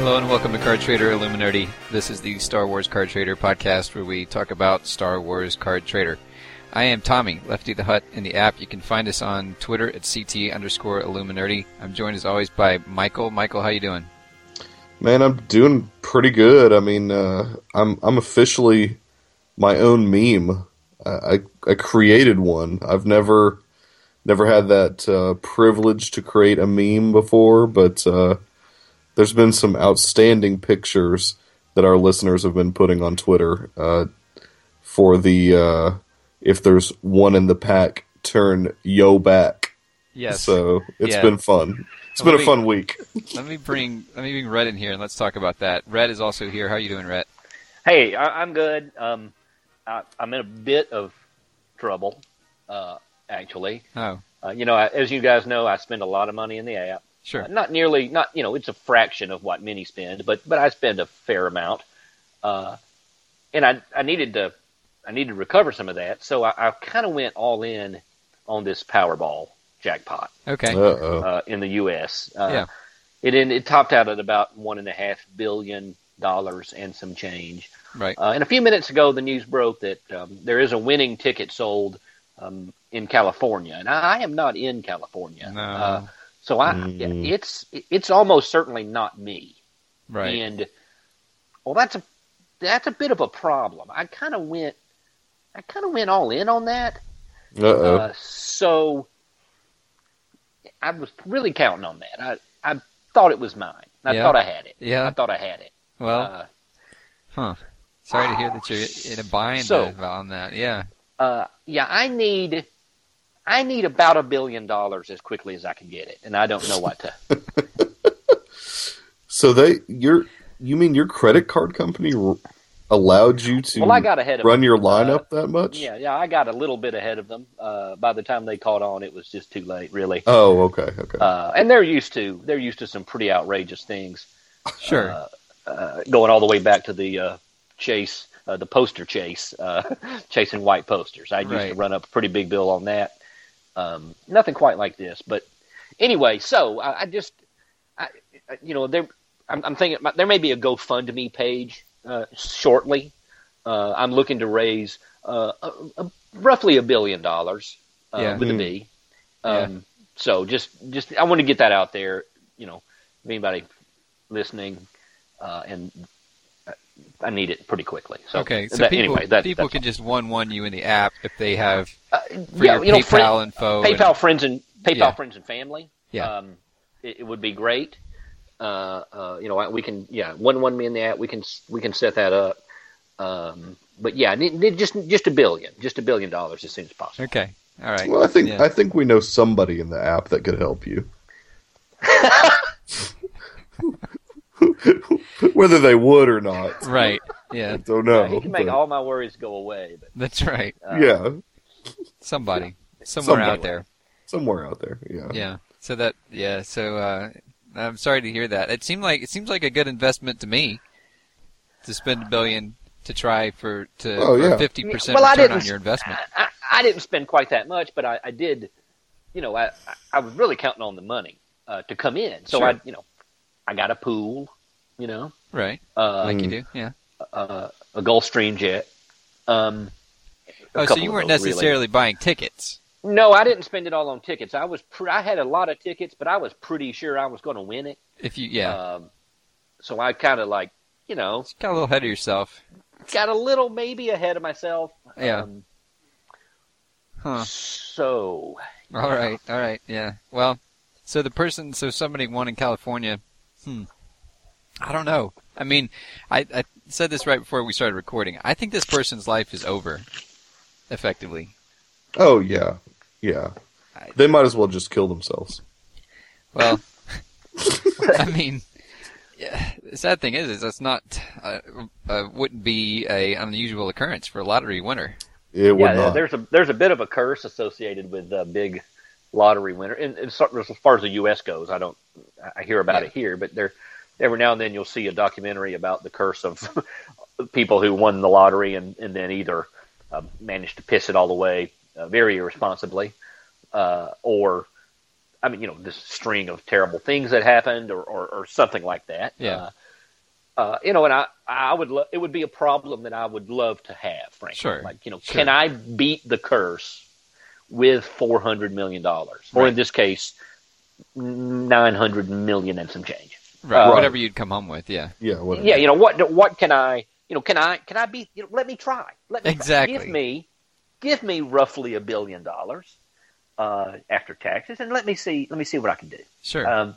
Hello and welcome to Card Trader Illuminati. This is the Star Wars Card Trader podcast where we talk about Star Wars Card Trader. I am Tommy, Lefty the Hut in the app. You can find us on Twitter at CT underscore Illuminati. I'm joined as always by Michael. Michael, how you doing? Man, I'm doing pretty good. I mean, uh, I'm I'm officially my own meme. I, I I created one. I've never never had that uh, privilege to create a meme before, but uh, there's been some outstanding pictures that our listeners have been putting on Twitter uh, for the uh, if there's one in the pack, turn yo back. Yes. So it's Yeah. been fun. It's Well, been a we- fun week. Let me bring let me bring Rhett in here and let's talk about that. Rhett is also here. How you doing, Rhett? Hey, I, I'm good. Um, I, I'm in a bit of trouble, uh, actually. Oh, Uh, you know, I, as you guys know, I spend a lot of money in the app. sure. Uh, Not nearly, not you know, it's a fraction of what many spend, but but I spend a fair amount. Uh, and I I needed to I needed to recover some of that, so I, I kind of went all in on this Powerball jackpot Okay. Uh oh. uh, in the U.S. Uh, Yeah. It en- it topped out at about one and a half billion dollars and some change. Right. Uh, and a few minutes ago, the news broke that um, there is a winning ticket sold um, in California, and I, I am not in California, No. uh, so I Mm. yeah, it's it's almost certainly not me. Right. And well, that's a that's a bit of a problem. I kind of went I kind of went all in on that, Uh oh. uh, so I was really counting on that. I I thought it was mine. I Yeah. thought I had it. I Yeah. thought I had it. Well, Uh, huh. Sorry to hear that you're in a bind So- on that. Yeah. uh, yeah, I need, I need about a billion dollars as quickly as I can get it, and I don't know what to. So they you're you mean your credit card company r- allowed you to well, I got ahead of run your them. Uh, lineup that much? yeah, yeah, I got a little bit ahead of them. Uh, by the time they caught on, it was just too late, really. Oh, okay, okay. Uh, and they're used to they're used to some pretty outrageous things, Sure. uh, uh, going all the way back to the uh, chase, uh, the poster chase, uh, chasing white posters. I used to Right. run up a pretty big bill on that. Um, nothing quite like this, but anyway, so I, I just, I, I- you know, there, I'm, I'm thinking about- there may be a GoFundMe page uh, shortly. Uh, I'm looking to raise uh, a, a, roughly a billion dollars uh, Yeah. with a Hmm. B. Um, So just, just I want to get that out there. You know, if anybody listening, uh, and uh, I, I need it pretty quickly. So okay. So that- people, anyway, that, people that's can just one one you in the app if they have uh, for your PayPal friend- info. and- PayPal friends and PayPal Yeah. friends and family. Yeah. um, it, it would be great. Uh, uh, you know, I- we can yeah one one man the app we can s- we can set that up. Um, but yeah, ne- ne- just just a billion, just a billion dollars as soon as possible. okay. All right. well, I think yeah. I think we know somebody in the app that could help you. Whether they would or not, Right. Yeah. I don't know. Uh, he can make but- all my worries go away. But That's right. uh, yeah, Somebody. Somewhere Somebody. out there. somewhere out there. Yeah. Yeah. So that yeah, so uh I'm sorry to hear that. It seemed like it seems like a good investment to me to spend a billion to try for to Oh, yeah. fifty percent Well, I return didn't on your investment. I, I, I didn't spend quite that much, but I, I did. You know, I, I- I was really counting on the money uh, to come in. So Sure. I, you know, I got a pool. You know, Right. uh, Like you Mm. do, yeah. uh, a Gulfstream jet. Um, a Oh, so couple you of weren't those, really. necessarily buying tickets. No, I didn't spend it all on tickets. I was pr- I had a lot of tickets, but I was pretty sure I was going to win it. If you yeah. Um, so I kind of like you know Just got a little ahead of yourself. got a little maybe ahead of myself. Yeah. Um, Huh. So All right, all right, yeah. Well, so the person, so somebody won in California. Hmm. I don't know. I mean, I, I said this right before we started recording. I think this person's life is over, effectively. Oh yeah, yeah. I- They might as well just kill themselves. Well, I mean, yeah, the sad thing is, is that's not uh, uh, wouldn't be a unusual occurrence for a lottery winner. It would yeah, not. there's a there's a bit of a curse associated with uh, big lottery winner. And, and so- as far as the U.S. goes, I don't I hear about Yeah. it here, but there every now and then you'll see a documentary about the curse of people who won the lottery and and then either uh, managed to piss it all away uh, very irresponsibly, uh, or I mean, you know, this string of terrible things that happened, or, or, or something like that. Yeah. Uh, uh, you know, and I, I would, lo- it would be a problem that I would love to have, frankly. Sure. Like, you know, Sure. can I beat the curse with four hundred million dollars, or Right. in this case, nine hundred million and some change? Right. Uh, Whatever you'd come home with, yeah. Yeah, whatever. Yeah, you know what? What can I? You know, can I? Can I be? You know, let me try. Let me try. Exactly. give me, give me roughly a billion dollars uh, after taxes, and let me see. Let me see what I can do. Sure. Um,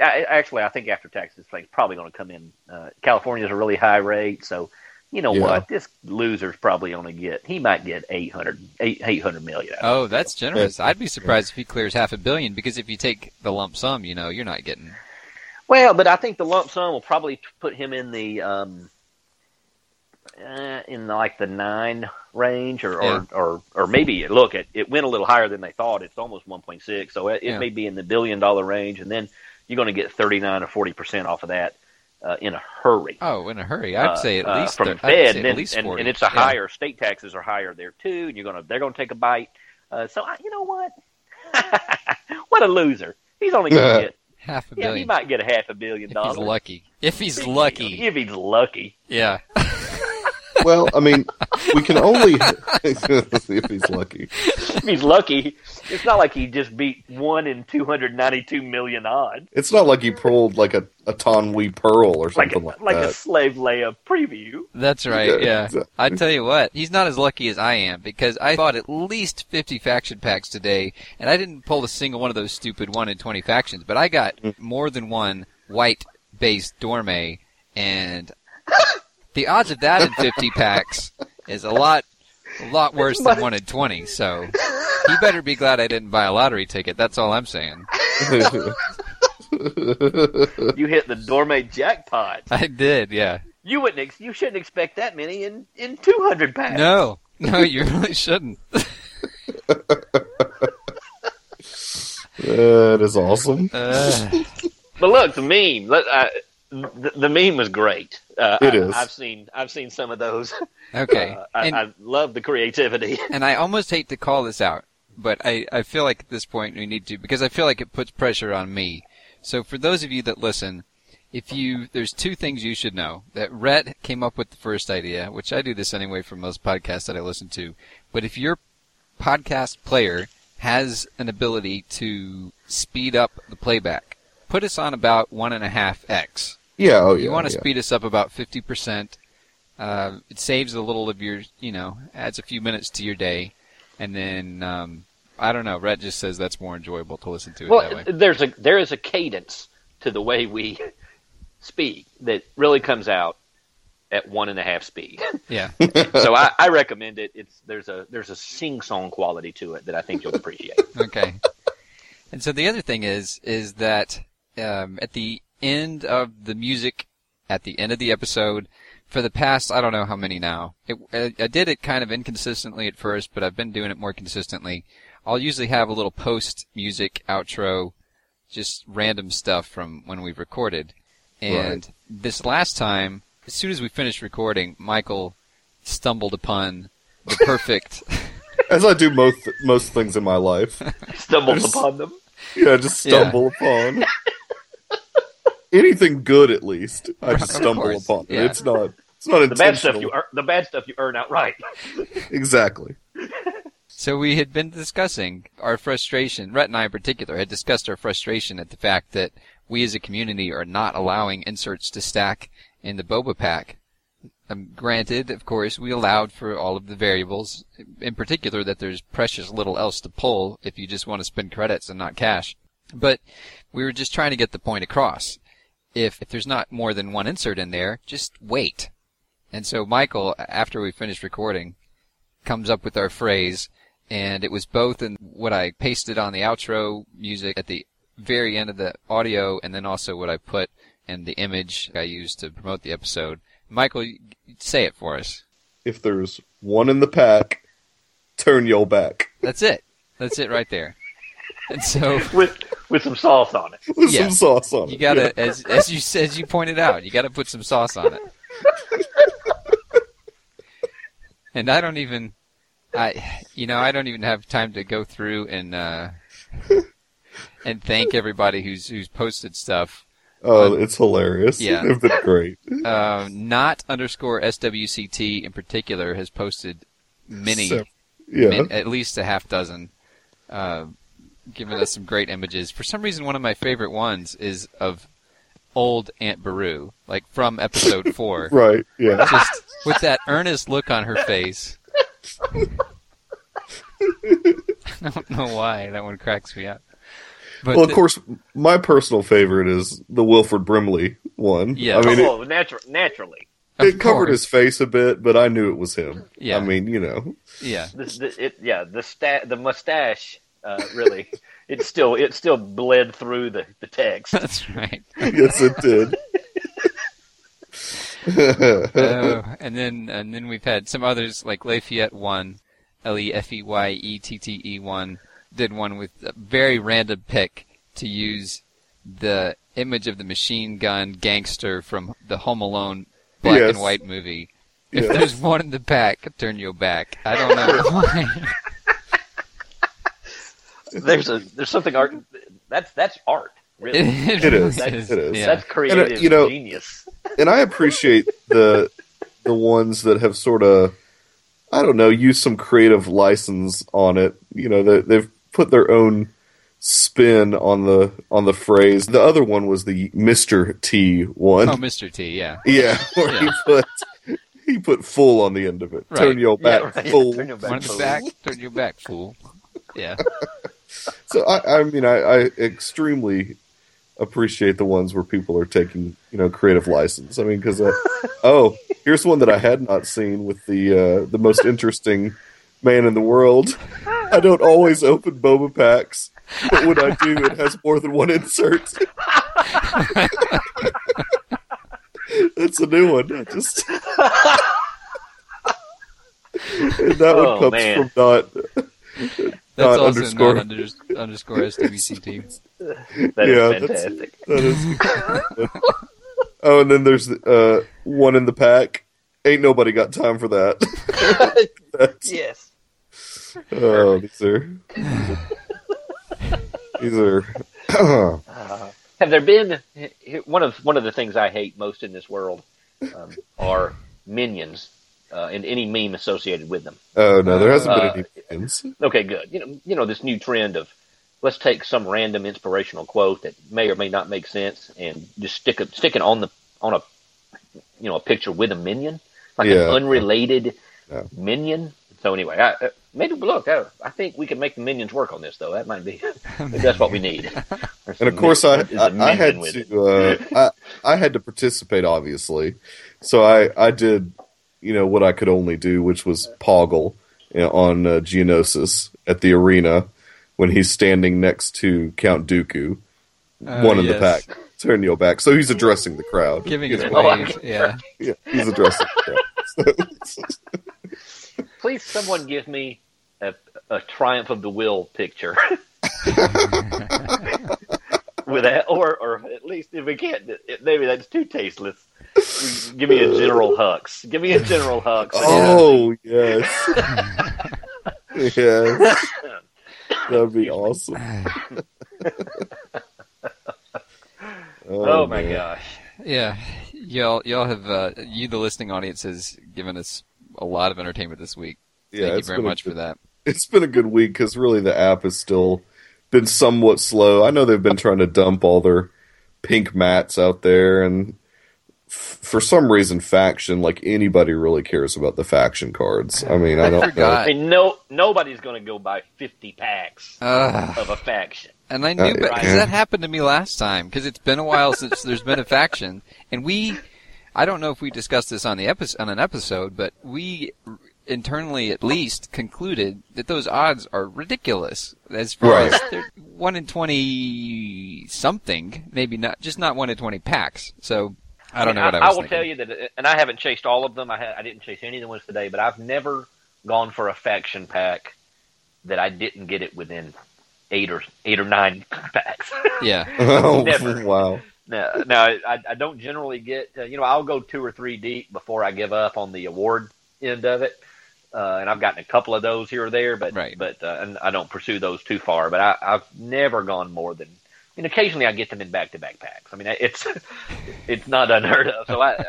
I, I- actually, I think after taxes, this thing's probably going to come in. Uh, California's a really high rate, so you know Yeah. what? This loser's probably going to get. He might get 800, eight- 800 million. Out of oh, that's generous. I'd be surprised if he clears half a billion because if you take the lump sum, you know, you're not getting. it. Well, but I think the lump sum will probably t- put him in the um, uh, in like the nine range, or Yeah. or, or or maybe look, it it went a little higher than they thought. It's almost one point six, so it, it Yeah. may be in the billion dollar range, and then you're going to get thirty nine or forty percent off of that uh, in a hurry. Oh, in a hurry. I'd uh, say at uh, least from thir- the I'd say Fed, at and, then- least and, 40. and it's a Yeah. higher state taxes are higher there too, and you're gonna they're gonna take a bite. Uh, so I, you know what? what a loser! He's only gonna get half a yeah, he billion. might get a half a billion if dollars. he's lucky. If he's lucky. if he's lucky. Yeah. Well, I mean, we can only if he's lucky. If he's lucky, it's not like he just beat one in two hundred ninety-two million odds, It's not like he pulled like a, a Tonwe pearl or like a, something like, like, a that. slave layup preview. That's right. Yeah, Yeah, exactly. I tell you what, he's not as lucky as I am because I bought at least fifty faction packs today, and I didn't pull a single one of those stupid one in twenty factions, but I got more than one white based Dorme, and the odds of that in fifty packs is a lot, a lot worse than one in twenty. So he better be glad I didn't buy a lottery ticket. That's all I'm saying. You hit the Dorme jackpot. I did, yeah. You wouldn't. Ex- you shouldn't expect that many in in two hundred packs. No, no, you really shouldn't. that is awesome. Uh, But look, the meme. Let, uh, the, the meme was great. Uh, It I, is. I've seen. I've seen some of those. okay, Uh, I, And- I love the creativity. and I almost hate to call this out, but I, I feel like at this point we need to because I feel like it puts pressure on me. So for those of you that listen, if you there's two things you should know that Rhett came up with the first idea, which I do this anyway for most podcasts that I listen to. But if your podcast player has an ability to speed up the playback, put us on about one and a half x. Yeah. Oh yeah. You want to yeah. speed us up about 50%. Uh, it saves a little of your, you know, adds a few minutes to your day. And then, um, I don't know. Rhett just says that's more enjoyable to listen to it that well, way. there's a there is a cadence to the way we speak that really comes out at one and a half speed. Yeah. so I, I recommend it. It's there's a there's a sing song quality to it that I think you'll appreciate. Okay. And so the other thing is, is that, um, at the end of the music, at the end of the episode, for the past, I don't know how many now, it, I, I did it kind of inconsistently at first, but I've been doing it more consistently. I'll usually have a little post music outro, just random stuff from when we've recorded. And this last time, as soon as we finished recording, Michael stumbled upon the perfect As I do most most things in my life. Stumbles There's- upon them. Yeah, I just Yeah. stumble upon anything good. At least I Of just stumble course, upon it. yeah. It's not. It's not The bad stuff you intentional. earn, the bad stuff you earn outright. Exactly. So we had been discussing our frustration, Rhett and I in particular had discussed our frustration at the fact that we as a community are not allowing inserts to stack in the boba pack. Um, granted, of course, we allowed for all of the variables, in particular that there's precious little else to pull if you just want to spend credits and not cash. But we were just trying to get the point across. If, if there's not more than one insert in there, just wait. And so Michael, after we finished recording, comes up with our phrase, and it was both in what I pasted on the outro music at the very end of the audio, and then also what I put in the image I used to promote the episode. Michael, y- say it for us. If there's one in the pack, turn your back That's it. That's it right there. And so with with some sauce on it. with Yeah. some sauce on it. you gotta, as as you as you pointed out, you gotta put some sauce on it. And I don't even, I, you know, I don't even have time to go through and uh, and thank everybody who's who's posted stuff. Oh, it's hilarious. Yeah. It's been great. Uh, not underscore SWCT in particular has posted many, So- yeah. min- at least a half dozen, uh, giving us some great images. For some reason, one of my favorite ones is of old Aunt Baru, like from episode four. Right. Yeah. just with that earnest look on her face. I don't know why that one cracks me up. But well, of the- course, my personal favorite is the Wilford Brimley one. Yeah. I mean, it, oh, natu- naturally. of it covered course. his face a bit, but I knew it was him. Yeah. I mean, you know. Yeah, This, the it, yeah, the sta- the mustache, uh, really, it still it still bled through the, the text. that's right. Yes, it did. Oh, Uh, and then and then we've had some others like Lafayette one, L e f e y e t t e one did one with a very random pick to use the image of the machine gun gangster from the Home Alone black Yes. and white movie. If yeah. there's one in the back, turn your back. I don't know why. There's a there's something art that's that's art really. it, It really is. is. It is. Yeah. That's creative And, uh, you know- genius. and I appreciate the the ones that have sort of I don't know used some creative license on it. You know, they, they've put their own spin on the on the phrase. The other one was the Mister T one. oh, Mr. T. Yeah. yeah, where he Yeah. put he put full on the end of it. Right. Turn your back, Yeah, right. fool. Turn your back, One in the fool. back, turn your back, fool. Yeah. So I, I mean, I, I extremely appreciate the ones where people are taking you know creative license. I mean, because oh, here's one that I had not seen with the uh, the most interesting man in the world. I don't always open boba packs, but when I do, it has more than one insert. That's a new one. I just. And that one Oh, comes man. from not That's Dot also underscore. not under, underscore SWCT. That is Yeah, that's- fantastic. That is. oh, and then there's uh, one in the pack. Ain't nobody got time for that. That's- Yes. oh, these are. These oh, are. Uh, have there been one of one of the things I hate most in this world um, are minions uh, and any meme associated with them. oh no, there hasn't Uh, been any names. Okay, good. You know, you know this new trend of let's take some random inspirational quote that may or may not make sense and just stick it stick it on the on a you know a picture with a minion like Yeah. an unrelated Yeah. minion. So anyway, I, uh, maybe look, I, I think we can make the minions work on this though. That might be maybe that's what we need. And of course, I There's a I, I minion had with it. to uh, I I had to participate, obviously. So I I did you know what I could only do, which was Poggle you know, on uh, Geonosis at the arena when he's standing next to Count Dooku. Uh, one in the yes. pack. Turn your back. So he's addressing the crowd. Giving You his know, Oh, I wave. can't- Yeah. yeah, he's addressing the crowd. So, Please, someone give me a, a triumph of the will picture. With that, or or at least if we can't, it- maybe that's too tasteless. Give me a General Hux. Give me a General Hux. oh yes, yes, that'd be awesome. Oh, my man. gosh! Yeah. Y'all, y'all have, uh, you, the listening audience, has given us a lot of entertainment this week. Yeah, Thank you it's very been a much for good- that. It's been a good week because really the app has still been somewhat slow. I know they've been trying to dump all their pink mats out there, and f- for some reason, faction like anybody really cares about the faction cards. I mean, I don't know. forgot. I mean, no, nobody's going to go buy fifty packs Ugh. of a faction. And I knew Uh, because yeah. that happened to me last time. Because it's been a while since there's been a faction, and we, I don't know if we discussed this on the episode on an episode, but we r- internally at least concluded that those odds are ridiculous. As far Right. as they're one in twenty something, maybe not, just not one in twenty packs. So I don't know what I, was will thinking. tell you that, and I haven't chased all of them. I, ha- I didn't chase any of the ones today, but I've never gone for a faction pack that I didn't get it within eight or eight or nine packs. Yeah, Oh, Never. wow. now, now I, I don't generally get. Uh, you know, I'll go two or three deep before I give up on the award end of it. Uh, and I've gotten a couple of those here or there, but Right. but uh, and I don't pursue those too far. But I, I've never gone more than mean, occasionally I get them in back to back packs. I mean, it's it's not unheard of. So I,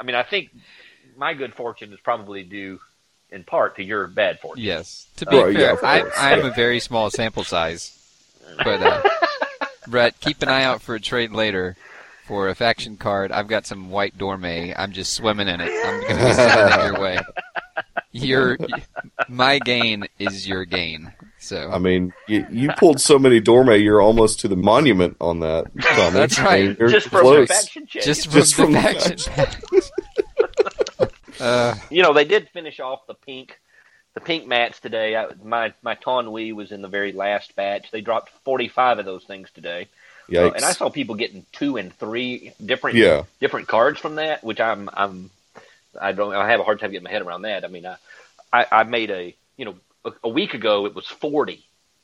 I mean, I think my good fortune is probably due in part to your bad fortune. Yes. To be Oh, yeah, fair, of I, course. I'm a very small sample size. But, uh, Brett, keep an eye out for a trade later for a faction card. I've got some white Dorme. I'm just swimming in it. I'm going to be sending it your way. Your, my gain is your gain. So I mean, you, you pulled so many Dorme, you're almost to the monument on that. Tommy. That's I mean, right. you're Just from the close. faction check. just, Just from from the the faction pack. uh, you know, they did finish off the pink, the pink mats today. I, my my Tonwee was in the very last batch. They dropped forty five of those things today, Uh, Yikes. and I saw people getting two and three different yeah. different cards from that, which I'm I'm I don't I have a hard time getting my head around that. I mean, I I, I made a you know a, a week ago it was forty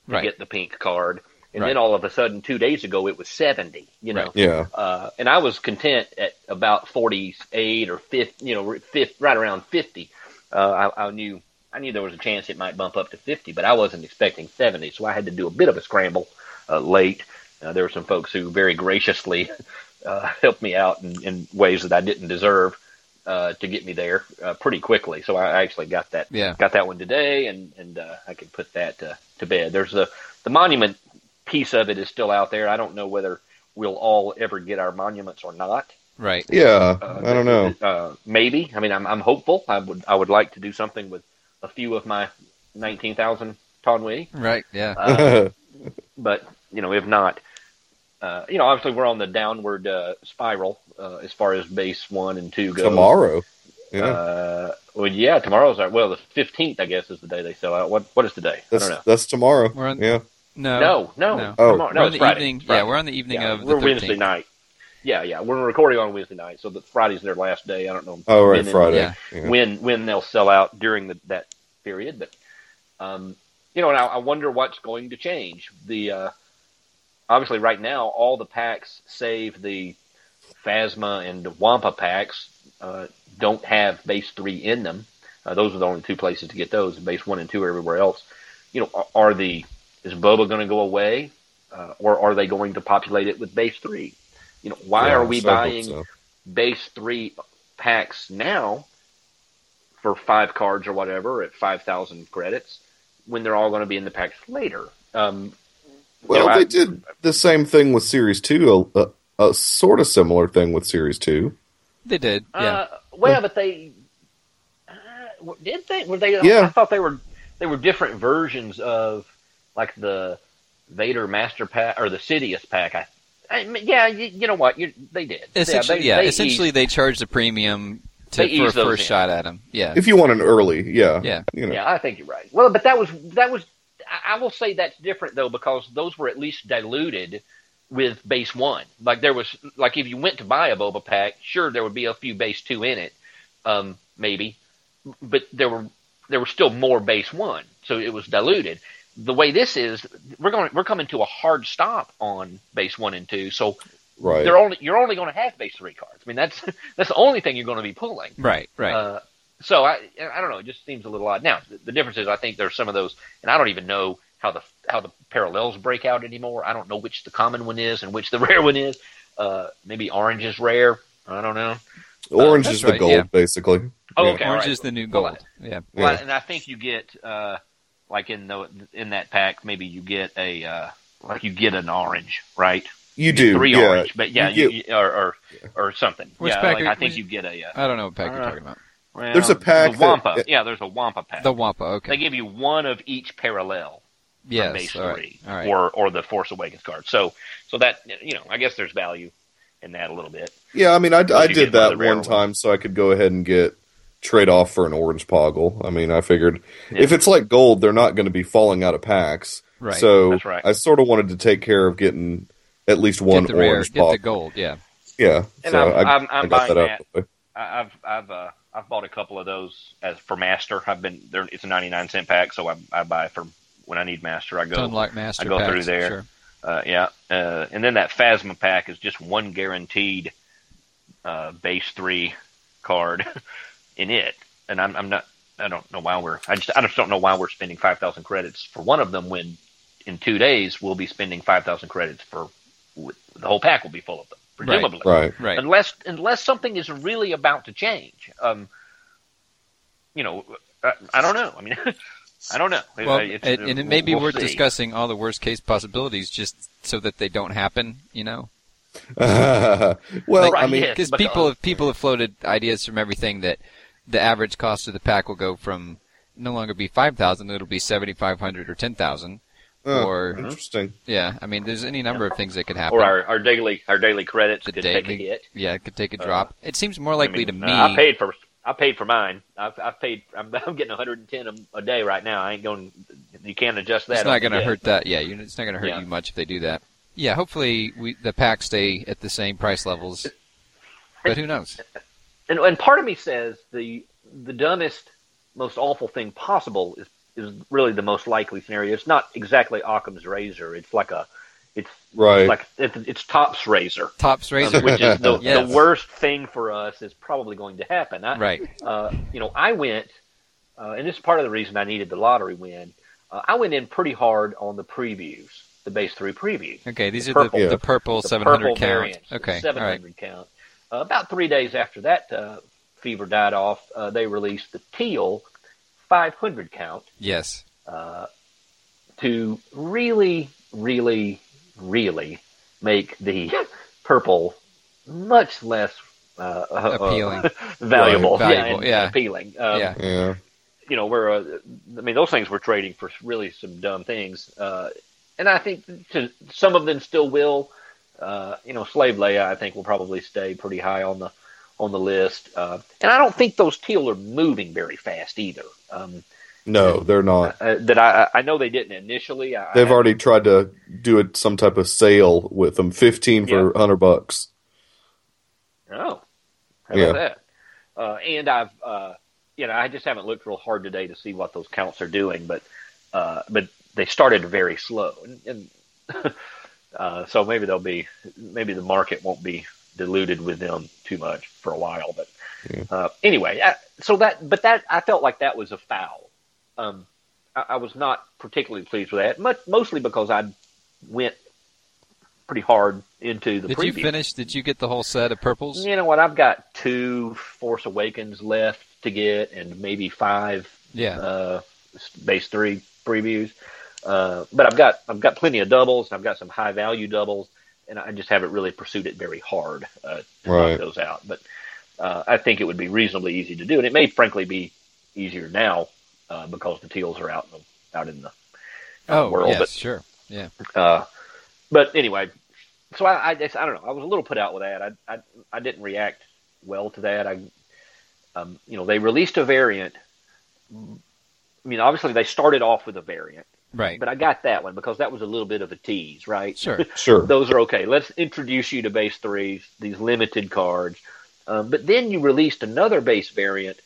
to Right. get the pink card, and Right. then all of a sudden two days ago it was seventy. You know, Right. Yeah. uh, and I was content at about forty-eight or fifty, you know, fifth, right around fifty. Uh, I, I knew I knew there was a chance it might bump up to fifty, but I wasn't expecting seventy, so I had to do a bit of a scramble uh, late. Uh, there were some folks who very graciously uh, helped me out in, in ways that I didn't deserve uh, to get me there uh, pretty quickly. So I actually got that yeah. got that one today, and and uh, I could put that uh, to bed. There's the the monument piece of it is still out there. I don't know whether we'll all ever get our monuments or not. Right. Yeah. Uh, I don't know. Uh, maybe. I mean, I'm I'm hopeful. I would I would like to do something with a few of my nineteen thousand Tonwi, Right. Yeah. uh, but you know, if not. Uh, you know, obviously, we're on the downward uh, spiral uh, as far as base one and two go. Tomorrow. Yeah. Uh, well, yeah, tomorrow's our well, the fifteenth, I guess, is the day they sell out. What what is today? I that's don't know. that's tomorrow. We're on- yeah. No. No, no, No. Oh. tomorrow- we're no, on it's the Friday. evening. It's Friday. Yeah, we're on the evening Yeah, of the we're 13th. Wednesday night. Yeah, yeah, we're recording on Wednesday night, so that Friday's their last day. I don't know. Oh right, when and- Friday. yeah. Yeah. when when they'll sell out during the, that period. But um, you know, and I, I wonder what's going to change. The uh, obviously right now, all the packs save the Phasma and Wampa packs uh, don't have base three in them. Uh, those are the only two places to get those. Base one and two are everywhere else. You know, are- are the is Boba going to go away, uh, or are they going to populate it with base three? You know, why Yeah, are we so I hope buying so. base three packs now for five cards or whatever at 5,000 credits when they're all going to be in the packs later. Um, Well, know, they I- did the same thing with Series Two. A, a, a sort of similar thing with Series Two. They did. Yeah. uh, well, but they uh, w- did they were they? Yeah. I thought they were they were different versions of like the Vader Master Pack or the Sidious Pack. I, I mean, yeah, you, you know what? You, they did. essentially, they- yeah. they essentially, they charged a premium to, They for a ease those first in. shot at him. Yeah. If you want an early, yeah, Yeah. you know, Yeah, I think you're right. Well, but that was that was. I- I will say that's different though because those were at least diluted with base one. Like there was like if you went to buy a boba pack, sure there would be a few base two in it, um, maybe, but there were there were still more base one, so it was diluted. The way this is, we're going we're coming to a hard stop on base one and two, so right. they're only you're only going to have base three cards. I mean that's that's the only thing you're going to be pulling. Right. Right. Uh, so I I don't know. It just seems a little odd. Now the, the difference is I think there's some of those, and I don't even know how the how the parallels break out anymore. I don't know which the common one is and which the rare one is. Uh, maybe orange is rare. I don't know. uh, Orange that's is the right, gold, yeah. basically. Oh, Yeah. okay. all Orange right. is the new Well, gold. yeah. Well, Yeah. and I think you get uh, like in the in that pack, maybe you get a uh, like you get an orange, right? You do, Three yeah. orange, but yeah, You you, you- or or, or something. Which yeah, pack like are- I think which- you get a. Uh, I don't know what pack you're Uh, talking about. well, There's a pack The that- Wampa. yeah, there's a Wampa pack. The Wampa. Okay. They give you one of each parallel. yes. from base all right. three All right. or or the Force Awakens card. So so that you know, I guess there's value in that a little bit. Yeah, I mean, I, I you get did one of that the rare one time so I could go ahead and get trade off for an orange poggle. I mean, I figured Yeah. if it's like gold, they're not going to be falling out of packs. right. So That's right. I sort of wanted to take care of getting at least one get the rare. orange Get the poggle. gold. Yeah. Yeah, And so I'm- I- I'm- I'm I got buying that out. of the way. I, I've I've uh, I've bought a couple of those as for Master. I've been there. It's a 99 cent pack, so I I buy for when I need Master. I go. Unlock master. I go packs, through there. Sure. Uh, yeah, uh, and then that Phasma pack is just one guaranteed uh, base three card in it, and I'm, I'm not. I don't know why we're. I just. I just don't know why we're spending five thousand credits for one of them when in two days, we'll be spending five thousand credits for the whole pack will be full of them, presumably, Right. Right. unless unless something is really about to change. Um, you know, I, I don't know. I mean, I don't know. Well, It- it's- uh, and, and it may be we'll worth see. discussing all the worst case possibilities just so that they don't happen. You know, well, Like, I mean, yeah. because Yes, but- uh, people have people have floated ideas from everything that the average cost of the pack will go from no longer be five thousand; it'll be seventy five hundred or ten thousand. uh, Or- Mm-hmm. interesting. Yeah, I mean, there's any number of things that could happen. Or our, our daily our daily credits The could daily- take a hit. yeah, it could take a Uh, drop. it seems more likely I mean, to me. I paid for I paid for mine. I've, I've paid. I'm, I'm getting 110 a, a day right now. I ain't going. You can't adjust that. it's not up going to yet. hurt that. Yeah, you it's not going to hurt Yeah. you much if they do that. Yeah, hopefully we, the packs stay at the same price levels. But who knows? And, and part of me says the the dumbest, most awful thing possible is is really the most likely scenario. It's not exactly Occam's razor. It's like a, it's Right. like it's, it's Top's razor, Tops razor, um, which is the, Yes. the worst thing for us is probably going to happen. I, right? uh, you know, I went, uh, and this is part of the reason I needed the lottery win. Uh, I went in pretty hard on the previews, the base three previews. Okay, these are purple- the, the Yeah. purple the 700 purple count. variants, the okay, all right. 700 count. Uh, about three days after that uh, fever died off, uh, they released the teal 500 count Yes. uh, to really, really, really make the purple much less uh, uh, Appealing. valuable, Right, yeah, valuable, and yeah. appealing. Um, Yeah. Yeah. you know, where uh, I mean, those things were trading for really some dumb things, uh, and I think to, some of them still will. Uh, you know, slave Leia, I think will probably stay pretty high on the on the list, uh, and I don't think those teal are moving very fast either. Um, No, they're not. uh, that I I know they didn't initially. I, They've already tried to do it some type of sale with them, fifteen for hundred bucks. Oh, how Yeah. about that? Uh, and I've, uh, you know, I just haven't looked real hard today to see what those counts are doing, but uh, but they started very slow, and, and uh, so maybe they'll be, maybe the market won't be diluted with them too much for a while. But Yeah. uh, anyway, I, so that, but that I felt like that was a foul. Um, I, I was not particularly pleased with that, much, mostly because I went pretty hard into the Did you preview. finish? Did you get the whole set of purples? You know what? I've got two Force Awakens left to get, and maybe five Yeah. uh, base three previews. Uh, but I've got I've got plenty of doubles. and I've got some high value doubles, and I just haven't really pursued it very hard uh, to Right. knock those out. But uh, I think it would be reasonably easy to do, and it may frankly be easier now uh, because the teals are out in the, out in the Oh, world, yes, but- sure. uh, but anyway, so I, I just I don't know. I was a little put out with that. I I, I didn't react well to that. I um, you know they released a variant. I mean, obviously they started off with a variant, Right. but I got that one because that was a little bit of a tease, right? Sure. Sure. Those are okay. Let's introduce you to base threes, these limited cards. Um, but then you released another base variant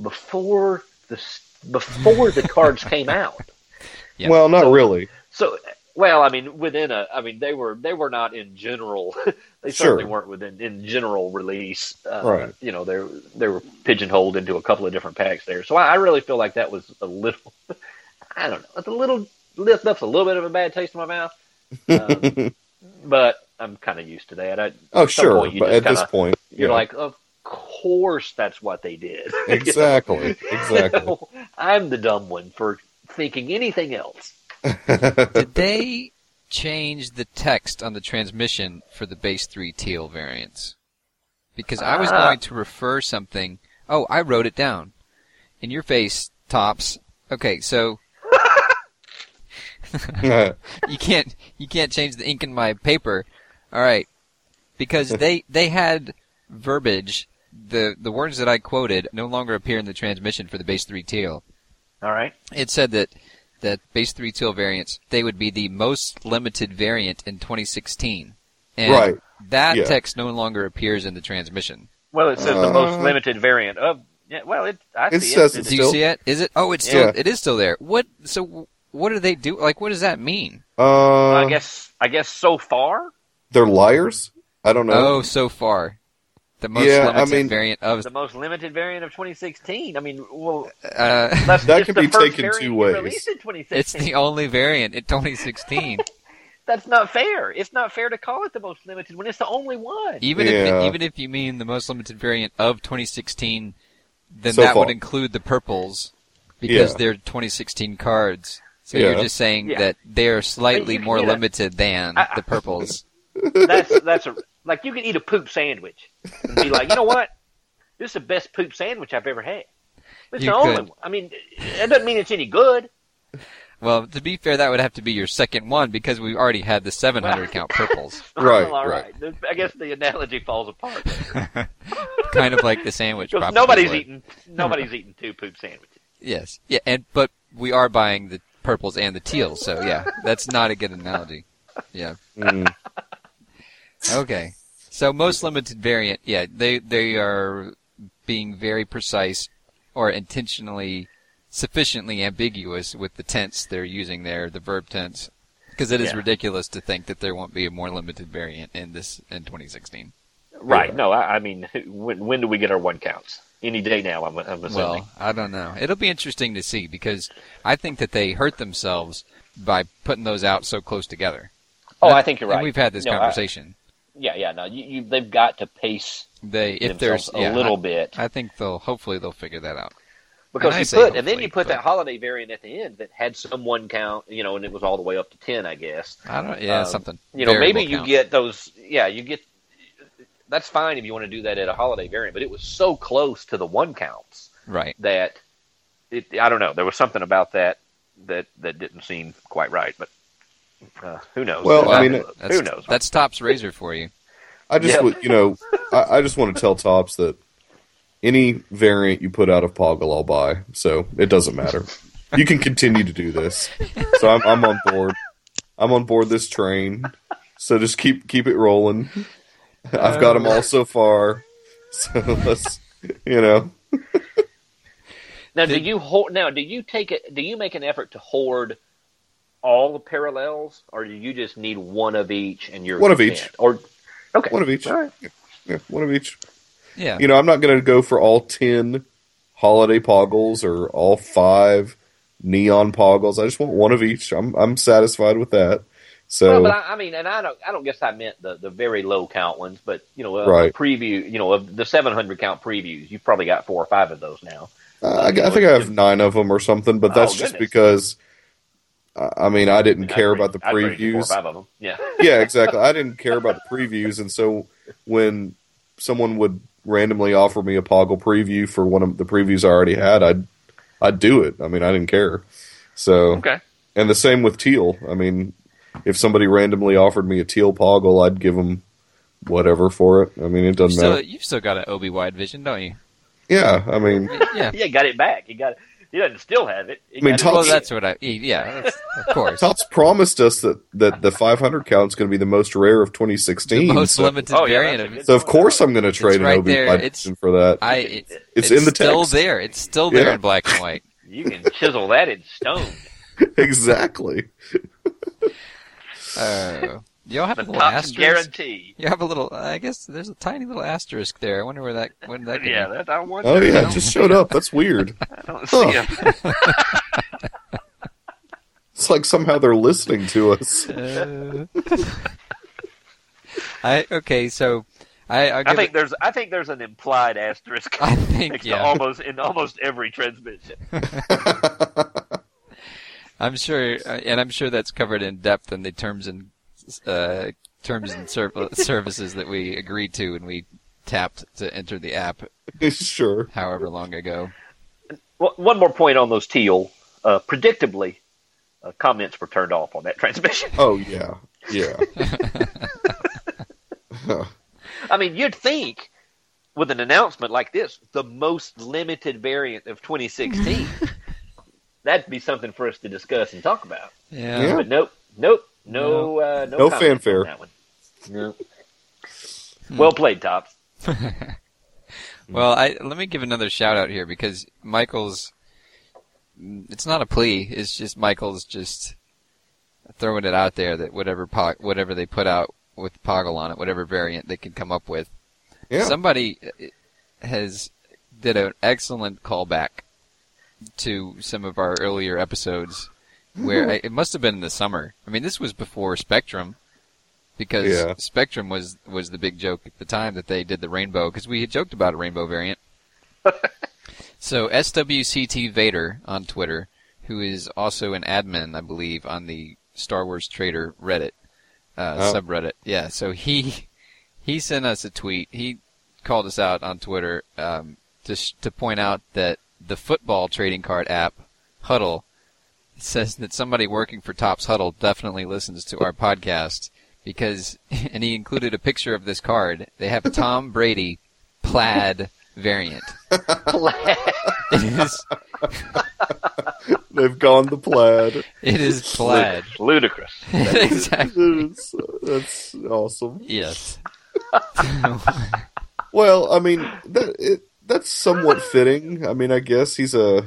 before the s- before the cards came out. Yeah. Well, not really. So, well, I mean, within a, I mean, they were they were not in general. they certainly Sure. weren't within in general release. Uh, Right. You know, they they were pigeonholed into a couple of different packs there. So I, I really feel like that was a little. I don't know. It's a little. That's a little bit of a bad taste in my mouth. Um, but I'm kind of used to that. I, Oh, some sure. point you But just at this kinda- point, you're yeah. like, of course, that's what they did. exactly, exactly. I'm the dumb one for thinking anything else. Did they change the text on the transmission for the base 3 teal variants? Because I was Ah. going to refer something. Oh, I wrote it down. In your face, tops. Okay, so you can't you can't change the ink in my paper. All right, because they they had verbiage. The the words that I quoted no longer appear in the transmission for the base three teal. All right. It said that that base three teal variants they would be the most limited variant in 2016, and Right. that Yeah. text no longer appears in the transmission. Well, it says the most Uh, limited variant of. Yeah, well, it. I it see says it. it's Do you Still? see it? Is it? Oh, it's still Yeah. it is still there. What? So what do they do? Like, what does that mean? uh, I guess. I guess so far. they're liars. I don't know. Oh, so Oh, far. The most Yeah, I limited mean- variant of the most limited variant of 2016. I mean, well, uh, that's That just can the be first taken variant two you ways. Released in 2016. it's the only variant in 2016. That's not fair. It's not fair to call it the most limited when it's the only one. Even Yeah. if even if you mean the most limited variant of 2016, then So that far. would include the purples because Yeah. they're 2016 cards. So Yeah. you're just saying Yeah. that they're slightly you can more do that. limited than I- I- the purples. That's that's a like you could eat a poop sandwich and be like, you know what? This is the best poop sandwich I've ever had. It's You the only could. one. I mean, that doesn't mean it's any good. Well, to be fair, that would have to be your second one because we already had the 700 count purples, Right, Well, all right. right. I guess the analogy falls apart. kind of like the sandwich. Because probably nobody's would. eating nobody's eating two poop sandwiches. Yes, yeah, and but we are buying the purples and the teals, so yeah, that's not a good analogy. Yeah. Mm. Okay. So most limited variant, yeah, they they are being very precise or intentionally sufficiently ambiguous with the tense they're using there, the verb tense, because it is Yeah. ridiculous to think that there won't be a more limited variant in this in 2016. Right. No, I, I mean, when when do we get our one counts? Any day now. I'm, I'm assuming. Well, I don't know. It'll be interesting to see because I think that they hurt themselves by putting those out so close together. oh, I think you're right. And we've had this No, I- conversation. yeah, yeah. No, you, you they've got to pace they if there's themselves a yeah, little I- bit. I, think they'll hopefully they'll figure that out. Because And I you say put, and then hopefully, you put but- that holiday variant at the end that had some one count, you know, and it was all the way up to ten, I guess. I don't. Yeah, Um, something. You know, Variable maybe you count. get those. Yeah, you get. That's fine if you want to do that at a holiday variant, but it was so close to the one counts right. that it. I don't know. There was something about that that that didn't seem quite right, but uh, who knows? Well, I Uh, mean, That's, who knows? That's Top's razor for you. I just Yeah. would, you know, I, I just want to tell Tops that any variant you put out of Poggle, I'll buy. So it doesn't matter. You can continue to do this. So I'm, I'm on board. I'm on board this train. So just keep keep it rolling. I've got Uh. them all so far. So let's, you know, now, do you hoard? Now, do you take it? Do you make an effort to hoard all the parallels, or do you just need one of each and you're One of content? each. Or okay, one of each. All right. Yeah, one of each. Yeah. You know, I'm not going to go for all 10 holiday poggles or all five neon poggles. I just want one of each. I'm I'm satisfied with that. So Well, Oh, but I, I mean, and I don't, I don't guess I meant the, the very low count ones, but you know, a Right. preview, you know, of the 700 count previews, you've probably got four or five of those now. uh, I, I think I have nine of them or something, but that's Oh, just goodness. because I I mean, I didn't care I'd about the bring- I'd bring four or previews. five of them. Yeah. yeah, exactly. I didn't care about the previews, and so when someone would randomly offer me a Poggle preview for one of the previews I already had, I'd I'd do it. I mean, I didn't care. So Okay. and the same with teal. I mean, if somebody randomly offered me a teal Poggle, I'd give them whatever for it. I mean, it You've doesn't still, matter. you've still got an Obi wide vision, don't you? Yeah, I mean, Yeah. Yeah. Got it back. He got it. He doesn't still have it. He I mean, got it- Tops- Well, that's what I. e, Yeah. that's- of course. Tops promised us that, that the 500 count is going to be the most rare of 2016. The most so, limited Oh, yeah, variant that's a of good- so of course I'm going to trade right an Obi there. Wan It's- Kenobi for that. I. It's, It's in the still text. there. It's still there Yeah. in black and white. you can chisel that in stone. exactly. Oh. y'all have a The little top asterisk. guarantee. You have a little. I guess there's a tiny little asterisk there. I wonder where that. When that. Can Yeah. That I wonder. Oh yeah, No. it just showed up. That's weird. I don't see him. It's like somehow they're listening to us. Uh, I okay. So I. I'll I give think it- there's, I think there's an implied asterisk. I think next to yeah. almost in almost every transmission. I'm sure, uh, and I'm sure that's covered in depth in the terms and uh, terms and serv- services that we agreed to when we tapped to enter the app, sure. however long ago. Well, one more point on those teal. Uh, predictably, uh, comments were turned off on that transmission. Oh yeah. Yeah. I mean, you'd think with an announcement like this, the most limited variant of 2016, that'd be something for us to discuss and talk about. Yeah. Yeah. But nope, nope, no, uh, no, No comments fanfare. on that one. Hmm. Well played, tops. Well, I let me give another shout out here because Michael's. It's not a plea. It's just Michael's just throwing it out there that whatever po- whatever they put out with Poggle on it, whatever variant they can come up with, Yeah. Somebody uh, has did an excellent callback to some of our earlier episodes Hmm. where I, it must have been in the summer. I mean, this was before Spectrum because Yeah. Spectrum was was the big joke at the time that they did the rainbow because we had joked about a rainbow variant. so SWCT Vader on Twitter, who is also an admin, I believe, on the Star Wars Trader Reddit uh, Oh. subreddit. Yeah, so he he sent us a tweet. He called us out on Twitter um, to sh- to point out that the football trading card app Huddle says that somebody working for Tops Huddle definitely listens to our podcast because, and he included a picture of this card. They have a Tom Brady plaid variant. It is They've gone the plaid. it is plaid. Ludicrous. exactly. It's- that's awesome. Yes. Well, I mean, that it, that's somewhat fitting. I mean, I guess he's a I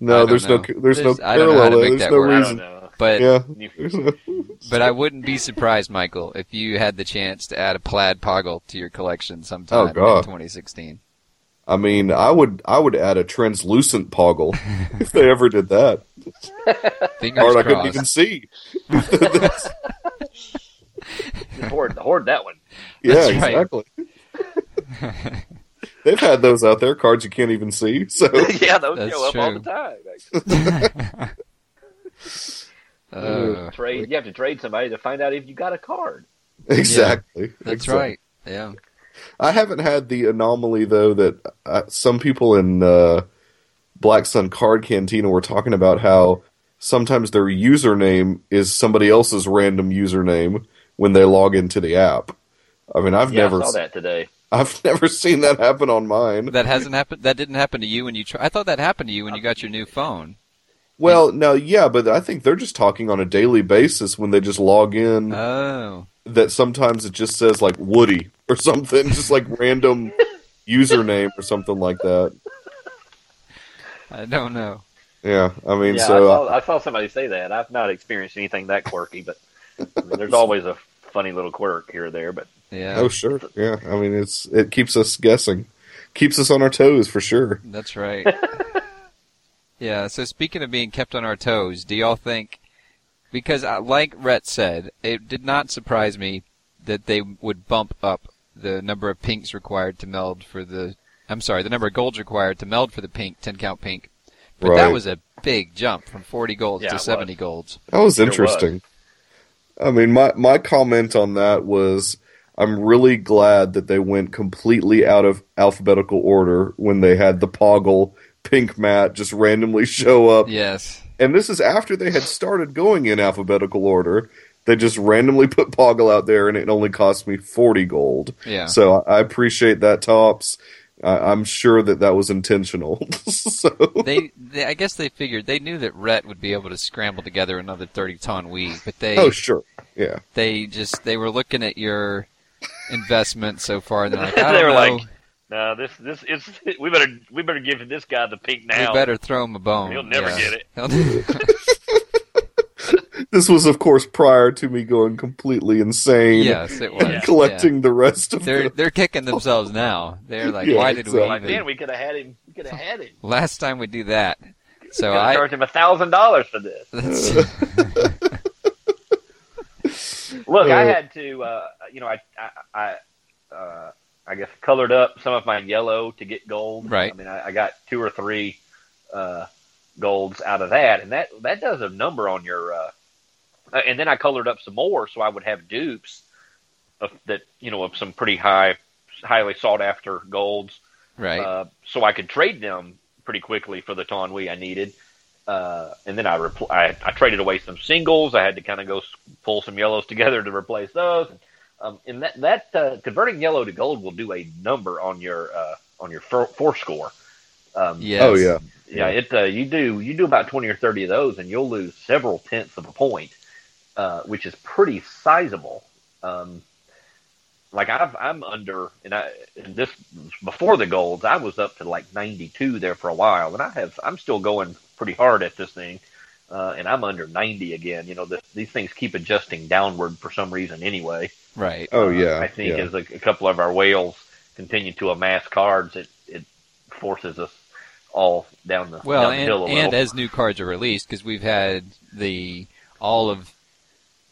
no. don't There's no. know. There's no There's- I don't know how parallel. to there. make There's that no work. I don't reason. know. But Yeah. You- but I wouldn't be surprised, Michael, if you had the chance to add a plaid poggle to your collection sometime Oh, God. in 2016. I mean, I would I would add a translucent poggle if they ever did that. Fingers Or I crossed. couldn't even see. hoard, hoard that one. Yeah, That's right. exactly. They've had those out there, cards you can't even see. So yeah, those That's show up all the true. time. Uh, Trade. You have to trade somebody to find out if you got a card. exactly. that's Exactly. right. Yeah. I haven't had the anomaly though that uh, some people in uh, Black Sun Card Cantina were talking about how sometimes their username is somebody else's random username when they log into the app. I mean, I've yeah, never I saw that today. I've never seen that happen on mine. That hasn't happened. That didn't happen to you when you. Tr- I thought that happened to you when you got your new phone. Well, no, yeah, but I think they're just talking on a daily basis when they just log in. Oh, that sometimes it just says like Woody or something, just like random username or something like that. Oh, I don't know. Yeah, I mean, Yeah, so uh, I, saw, I saw somebody say that. I've not experienced anything that quirky, but I mean, there's always a funny little quirk here or there. But Yeah, oh sure, yeah. I mean, it's it keeps us guessing, keeps us on our toes for sure. that's right. yeah. So speaking of being kept on our toes, do y'all think? Because uh, like Rhett said, it did not surprise me that they would bump up the number of pinks required to meld for the. I'm sorry, the number of golds required to meld for the pink ten count pink. But that Right. was a big jump from 40 golds Yeah, it to was. 70 golds. That was Sure interesting. I mean, my my comment on that was. I'm really glad that they went completely out of alphabetical order when they had the Poggle Pink Mat just randomly show up Yes. And this is after they had started going in alphabetical order. They just randomly put Poggle out there, and it only cost me 40 gold. Yeah. So I I appreciate that, Tops. I- I'm sure that that was intentional. so, they, they, I guess they figured they knew that Rhett would be able to scramble together another thirty-ton weed, but they, oh, sure. Yeah. they just, they were looking at your investment so far, and they're like, They I don't were know, like, no, this this it's we better we better give this guy the pink now. we better throw him a bone. He'll never Yeah. get it. He'll- This was, of course, prior to me going completely insane yes, it was. and Yeah. collecting the rest Yeah. of They're the. they're kicking themselves now. They're like, Yeah, why did exactly. we Like even? man, we could have had him. We could have had him. Last time we do that, so Gonna I. charge him a thousand dollars for this. That's, Look, I Uh, had to, uh, you know, I, I, I, uh, I guess colored up some of my yellow to get gold. Right. I mean, I, I got two or three uh, golds out of that, and that that does a number on your. Uh, uh, and then I colored up some more, so I would have dupes of that, you know, of some pretty high, highly sought after golds, right. uh, so I could trade them pretty quickly for the Tonwi I needed. Uh, and then I, repl- I I traded away some singles. I had to kind of go s- pull some yellows together to replace those. Um, and that that uh, converting yellow to gold will do a number on your uh, on your for- four score. Um, yes. Oh, yeah. yeah, it uh, you do you do about twenty or thirty of those, and you'll lose several tenths of a point, uh, which is pretty sizable. Um, like I've, I'm under, and I and this before the golds, I was up to like ninety two there for a while, and I have I'm still going pretty hard at this thing, uh, and I'm under ninety again. You know, the, these things keep adjusting downward for some reason anyway. Right. Oh, Uh, yeah. I think yeah. as a, a couple of our whales continue to amass cards, it it forces us all down the Well, down the and, hill a little. and as new cards are released, because we've had the all of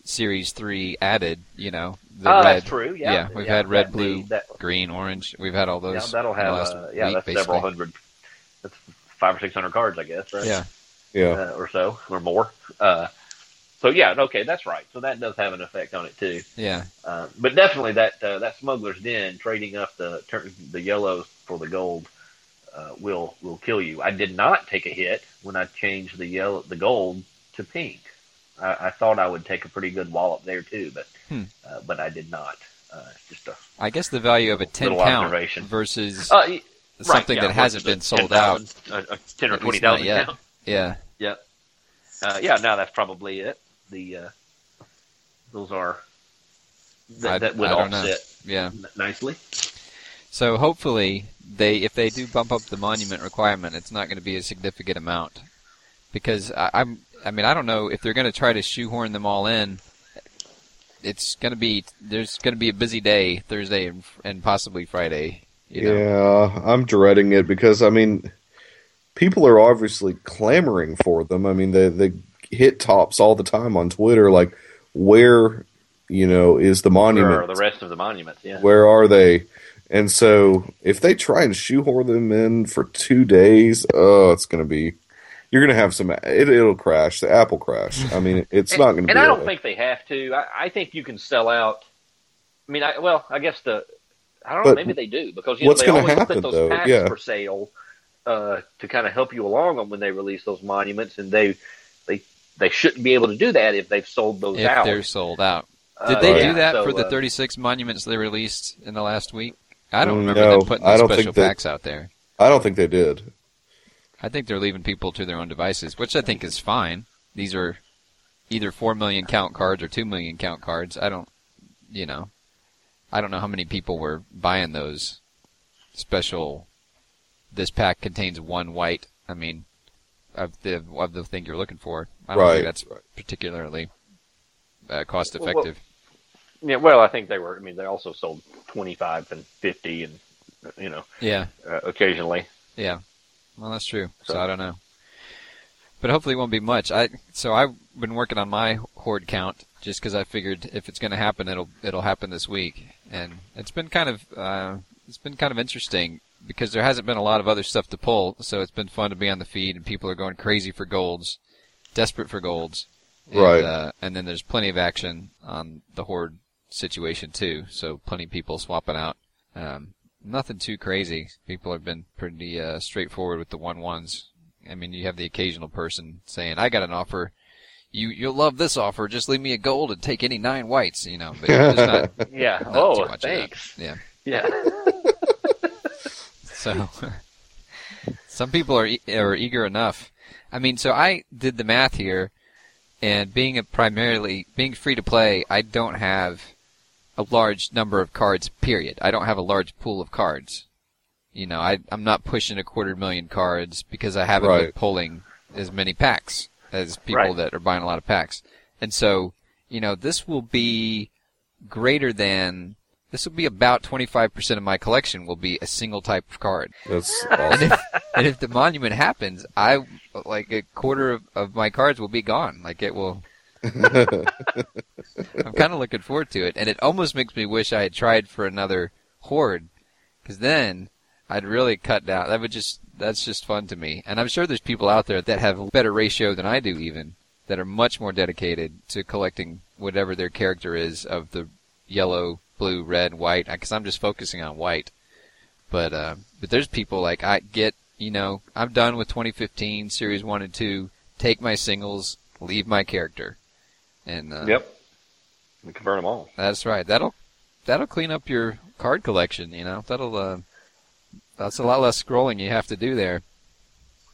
Series Three added. You know, the oh, red, that's true. Yeah, Yeah, we've had red, that'd blue, be- that, green, orange. We've had all yeah, those. that'll in the have last uh, yeah, week, that's basically. several hundred. That's five or six hundred cards, I guess. Right? Yeah, Yeah. uh, or so or more. Uh, so yeah, okay, that's right. So that does have an effect on it too. yeah, Uh, but definitely that uh, that smuggler's den trading up the turn the yellows for the gold uh, will will kill you. I did not take a hit when I changed the yellow the gold to pink. I, I thought I would take a pretty good wallop there too, but Hmm. uh, but I did not. Uh, just a I guess the value of a ten Little count observation. versus uh, y- right, something yeah, that hasn't versus a been sold 10,000, out. uh, uh, ten or At least twenty not thousand. yet. Yeah, Yeah, yeah, uh, yeah. Now that's probably it. The uh, those are that, I- that would I don't know. offset yeah. n- nicely. So hopefully they, if they do bump up the monument requirement, it's not going to be a significant amount, because I, I'm, I mean, I don't know if they're going to try to shoehorn them all in. It's going to be there's going to be a busy day Thursday and, and possibly Friday. You know? Yeah, I'm dreading it because I mean, people are obviously clamoring for them. I mean, they they hit tops all the time on Twitter, like where you know is the Or monument? the rest of the monuments. Yeah. Where are they? And so if they try and shoehorn them in for two days, oh, it's gonna be. You're gonna have some. It, it'll crash. The Apple crash. I mean, it's and, not gonna. and be I a- don't think they have to. I, I think you can sell out. I mean, I, well, I guess the I don't know. But Maybe they do because you know, what's they gonna always happen, put those though? packs Yeah. for sale uh, to kind of help you along on when they release those monuments, and they they they shouldn't be able to do that if they've sold those if out. they're sold out. Uh, Did they yeah, do that so, for the uh, 36 monuments they released in the last week? I don't remember No, them putting I the don't special think that- packs out there. I don't think they did. I think they're leaving people to their own devices, which I think is fine. These are either 4 million count cards or 2 million count cards. I don't, you know, I don't know how many people were buying those special. This pack contains one white. I mean, of the of the thing you're looking for. I don't Right. think that's particularly uh, cost Well, well, effective. Yeah, well, I think they were. I mean, they also sold twenty five and fifty, and you know, yeah. uh, occasionally. Yeah. Well, that's true. So, So- I don't know. But hopefully it won't be much. I so I've been working on my horde count just because I figured if it's going to happen, it'll it'll happen this week, and it's been kind of uh, it's been kind of interesting because there hasn't been a lot of other stuff to pull, so it's been fun to be on the feed, and people are going crazy for golds, desperate for golds, and, Right. Uh, and then there's plenty of action on the horde situation too, so plenty of people swapping out. Um, nothing too crazy. People have been pretty uh, straightforward with the one ones. I mean, you have the occasional person saying, "I got an offer. You you'll love this offer. Just leave me a gold and take any nine whites." You know, but there's not, Yeah. not too oh, much of that. thanks. Yeah. Yeah. So some people are e- are eager enough. I mean, so I did the math here, and being a primarily being free to play, I don't have a large number of cards. Period. I don't have a large pool of cards. You know, I I'm not pushing a quarter million cards because I haven't been Right. pulling as many packs as people Right. that are buying a lot of packs. And so, you know, this will be greater than this will be about 25% of my collection will be a single type of card. That's And awesome. if, and if the monument happens, I like a quarter of, of my cards will be gone. Like it will. I'm kind of looking forward to it, and it almost makes me wish I had tried for another horde, because then I'd really cut down. That would just that's just fun to me, and I'm sure there's people out there that have a better ratio than I do, even that are much more dedicated to collecting whatever their character is of the yellow, blue, red, and white. Because I'm just focusing on white, but uh, but there's people like I get you know I'm done with 2015 series one and two. Take my singles, leave my character, and uh, yep. We convert them all. that's right. That'll that'll clean up your card collection. You know, that'll uh, that's a lot less scrolling you have to do there.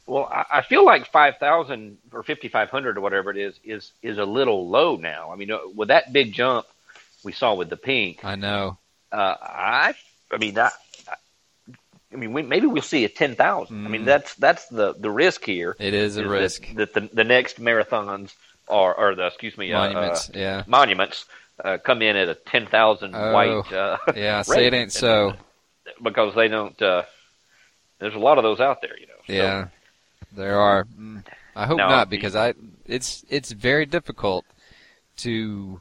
Well, I, I feel like five thousand or fifty five hundred or whatever it is is is a little low now. I mean, uh, with that big jump we saw with the pink, I know. uh, I I mean I, I- I mean we, maybe we'll see a ten thousand. I mean Mm. that's that's the the risk here. It is a is that- risk. that, the, the next marathons are or the excuse me uh, uh, Monuments. yeah. monuments uh, come in at a ten thousand Oh. white. Uh, Yeah. Say it rate. ain't so. because they don't. Uh, there's a lot of those out there, you know. So- Yeah, there are. Mm, I hope No, not the- because I it's it's very difficult to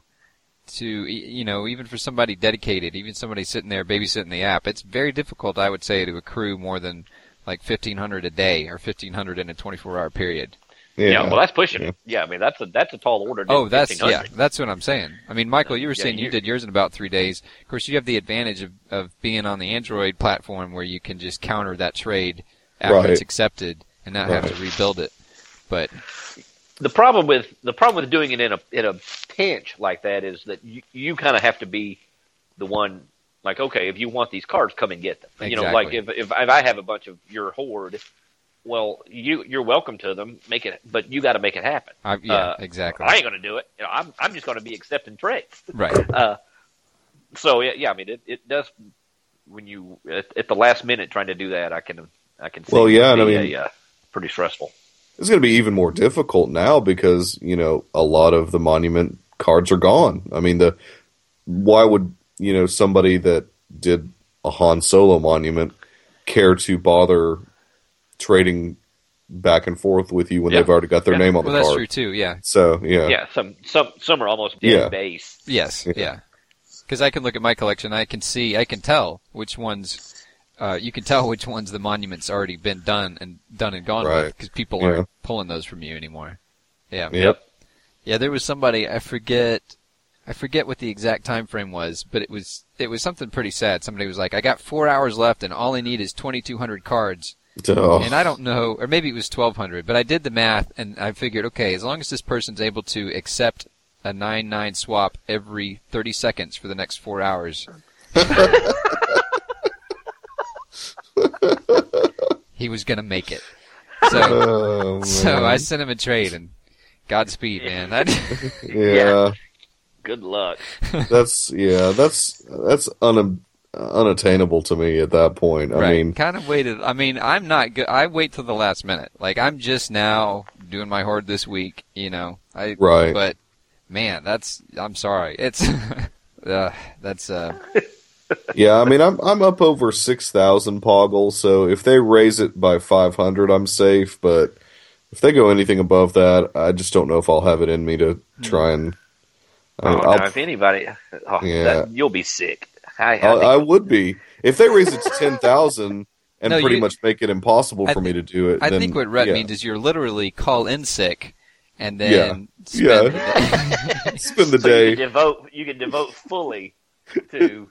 to y- you know even for somebody dedicated, even somebody sitting there babysitting the app, it's very difficult. I would say to accrue more than like fifteen hundred a day or fifteen hundred in a twenty four hour period. Yeah. yeah. Well, that's pushing Yeah. it. Yeah, I mean that's a that's a tall order. to Oh, that's yeah, 1500. that's what I'm saying. I mean, Michael, you were Uh, Yeah, saying you you- did yours in about three days. Of course, you have the advantage of of being on the Android platform where you can just counter that trade after Right. it's accepted and not have Right. to rebuild it. But The problem with the problem with doing it in a in a pinch like that is that you you kind of have to be the one like okay if you want these cards come and get them. You know, like if, Exactly. if if I have a bunch of your hoard, well you you're welcome to them. Make it, but you got to make it happen. I, yeah, Uh, exactly. I ain't gonna do it. You know, I'm I'm just gonna be accepting trades. Right. Uh, so yeah, yeah, I mean it, it does when you at, at the last minute trying to do that. I can I can see Well, it yeah, can and I be mean- a, uh, pretty stressful. It's going to be even more difficult now because you know a lot of the monument cards are gone. I mean, the why would you know somebody that did a Han Solo monument care to bother trading back and forth with you when Yeah. they've already got their Yeah. name on Well, the that's card? true too. Yeah. So yeah, Yeah, some some some are almost dead Yeah. base. Yes. Yeah. Yeah. Because I can look at my collection, I can see, I can tell which ones. Uh, you can tell which ones the monument's already been done and done and gone Right. because people Yeah. aren't pulling those from you anymore. Yeah. Yep. Yeah, there was somebody I forget I forget what the exact time frame was, but it was it was something pretty sad. Somebody was like, "I got 4 hours left and all I need is 2200 cards." Oh, And I don't know, or maybe it was 1200, but I did the math and I figured, okay, as long as this person's able to accept a 9-9 swap every 30 seconds for the next 4 hours. he was going to make it. So Oh, so I man. sent him a trade and Godspeed, man. I, yeah. Good luck. Uh, that's yeah, that's that's un, unattainable to me at that point. I right. mean, kind of waited. I mean, I'm not good. I wait till the last minute. Like I'm just now doing my hoard this week. You know, I. right? But man, that's. I'm sorry. It's. uh, that's. Uh, Yeah, I mean, I'm I'm up over six thousand Poggle, so if they raise it by five hundred, I'm safe. But if they go anything above that, I just don't know if I'll have it in me to Hmm. try and. I, Oh, mean, I'll- no, if anybody, oh, Yeah. that, you'll be sick. I, I I'll- think- I would be if they raise it to ten thousand and No, pretty you- much make it impossible I for me to do it. I then, think what red yeah. means is you're literally call in sick, and then spend the day. Spend the so day. You can devote. You can devote fully to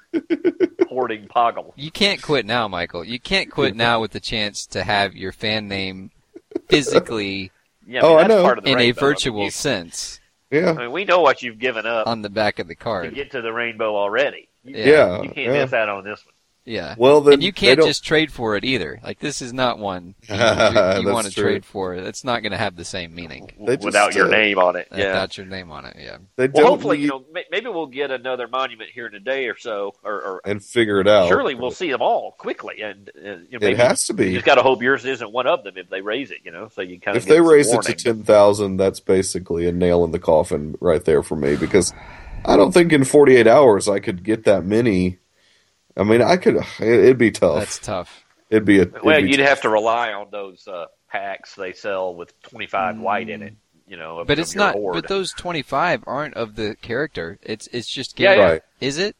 hoarding Poggle. You can't quit now, Michael. You can't quit now with the chance to have your fan name physically Yeah, Oh, I mean, that's know. part of the in a rainbow. I mean, virtual you- sense. Yeah, I mean, we know what you've given up on the back of the to card. get to the rainbow already. You, Yeah. yeah, you can't yeah. miss out on this one. Yeah. Well, then and you they can't don't- just trade for it either. Like this is not one you, That's want to true. trade for. It's not going to have the same meaning They w- just, without your uh, name on it. Yeah. without your name on it. Yeah. They Well, don't hopefully, you need- know, may- maybe we'll get another monument here in a day or so, or, or and figure it out. surely we'll see them all quickly. And uh, you know, Oh, It maybe has to you be. just got to hope yours isn't one of them if they raise it. You know, so you kind of If they raise it to ten thousand, that's basically a nail in the coffin right there for me because I don't think in forty eight hours I could get that many. I mean, I could. it- It'd be Oh. tough. That's tough. it'd be a. Well, it'd be you'd tough. have to rely on those uh, packs they sell with 25 white in it, you know. Of, Mm. But of it's your not hoard. but those 25 aren't of the character. It's it's just Yeah, game. yeah. Right. Is it?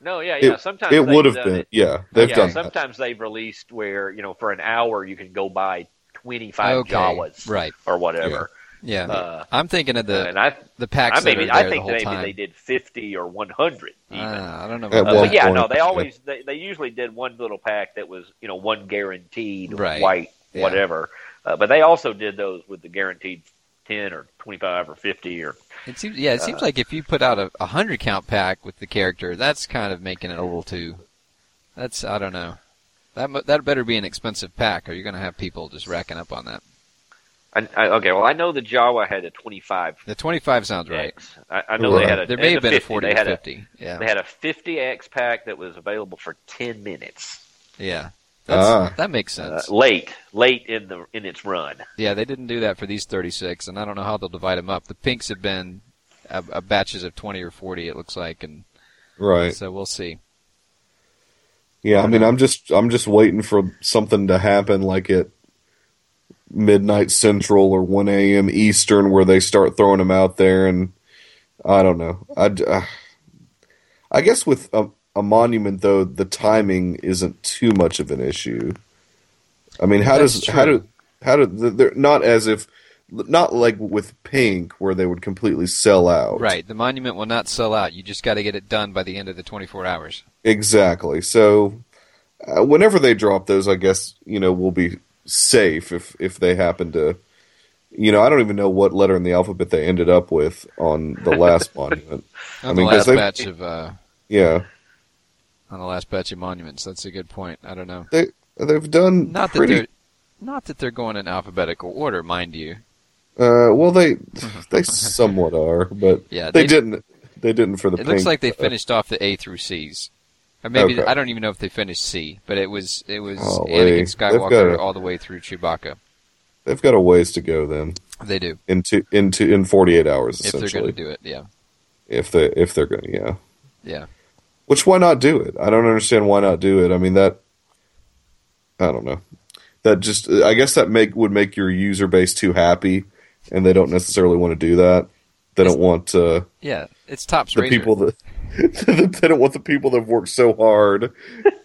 no, yeah, yeah. sometimes it they've would have done been. it. Yeah, they've yeah, done that. sometimes they've released where you know for an hour you can go buy 25 Okay. Jawas Right. or whatever. Yeah. Uh, I'm thinking of the and I, the packs I maybe that are there I think the whole maybe time. they did 50 or 100. Even. Ah, I don't know. At About Uh, one but yeah, point, no, they yeah. always they, they usually did one little pack that was you know one guaranteed Right. white Yeah. whatever, uh, but they also did those with the guaranteed ten or twenty five or fifty or It seems yeah, it Uh, seems like if you put out a, a 100 count pack with the character, that's kind of making it a little too That's I don't know. That mu- that better be an expensive pack or you're going to have people just racking up on that. I, I, uh, okay. Well, I know the Jawa had a twenty five The 25 sounds right. X. I, I know they had a There may and have been a 50. 40 They or had 50. yeah. a they had a fifty X pack that was available for ten minutes. yeah. That's, Ah. That makes Uh, sense. late, late in the in its run. yeah, they didn't do that for these 36, and I don't know how they'll divide them up. The pinks have been uh uh batches of 20 or 40, it looks like, and Right. so we'll see. Yeah, I mean, I'm just I'm just waiting for something to happen, like at midnight Central or 1 a.m. Eastern, where they start throwing them out there, and I don't know. I uh, I guess with a, a monument though, the timing isn't too much of an issue. I mean, how That's does true. how do how do they're not as if not like with Pink where they would completely sell out, Right. The monument will not sell out. You just got to get it done by the end of the 24 hours. Exactly. So uh, whenever they drop those, I guess you know we'll be safe if if they happen to. You know, I don't even know what letter in the alphabet they ended up with on the last monument. On I mean, the 'cause last they- batch of uh, Yeah, on the last batch of monuments. That's a good point. I don't know. they've done Not that pretty. they're not that they're going in alphabetical order, mind you. Uh, well, they they somewhat are, but Yeah, they, they- didn't. They didn't for the. It looks pink, like they uh, finished off the A through C's. Or maybe Okay. I don't even know if they finished C, but it was it was Oh, wait. Anakin They've gotta- Skywalker all the way through Chewbacca. They've got a ways to go then. They do Into into in forty eight hours if they're essentially. going to do it. Yeah, if they if they're going, to yeah. yeah. Which why not do it? I don't understand why not do it. I mean that I don't know. That just I guess that make would make your user base too happy and they don't necessarily want to do that. They don't want uh, Yeah, it's tops the Razor. people that they don't want the people that have worked so hard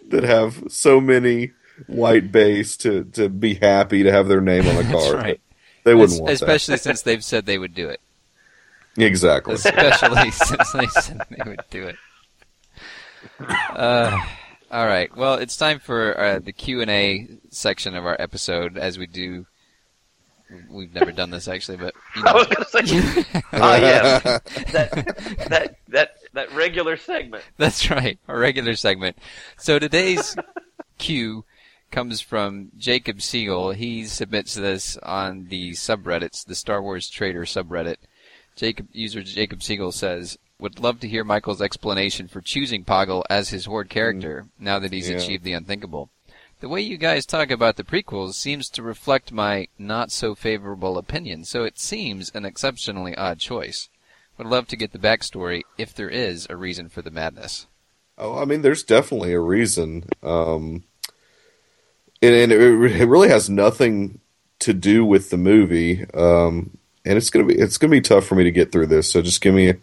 that have so many white base to to be happy to have their name on a That's card. right. They wouldn't Es- want especially since they've said they would do it. that. Exactly. Especially since they said they would do it. Uh, all right. Well, it's time for uh, the Q and A section of our episode. As we do, we've never done this actually, but you I know, was going to say, ah, yes, that, that, that, that regular segment. That's right, our regular segment. So today's cue comes from Jacob Siegel. He submits this on the subreddits, the Star Wars Trader subreddit. Jacob user Jacob Siegel says, "Would love to hear Michael's explanation for choosing Poggle as his horde character now that he's Yeah. achieved the unthinkable." The way you guys talk about the prequels seems to reflect my not so favorable opinion, so it seems an exceptionally odd choice. Would love to get the backstory if there is a reason for the madness. Oh, I mean, there's definitely a reason. Um, and, and it, it really has nothing to do with the movie. Um, and it's gonna be it's gonna be tough for me to get through this. So just give me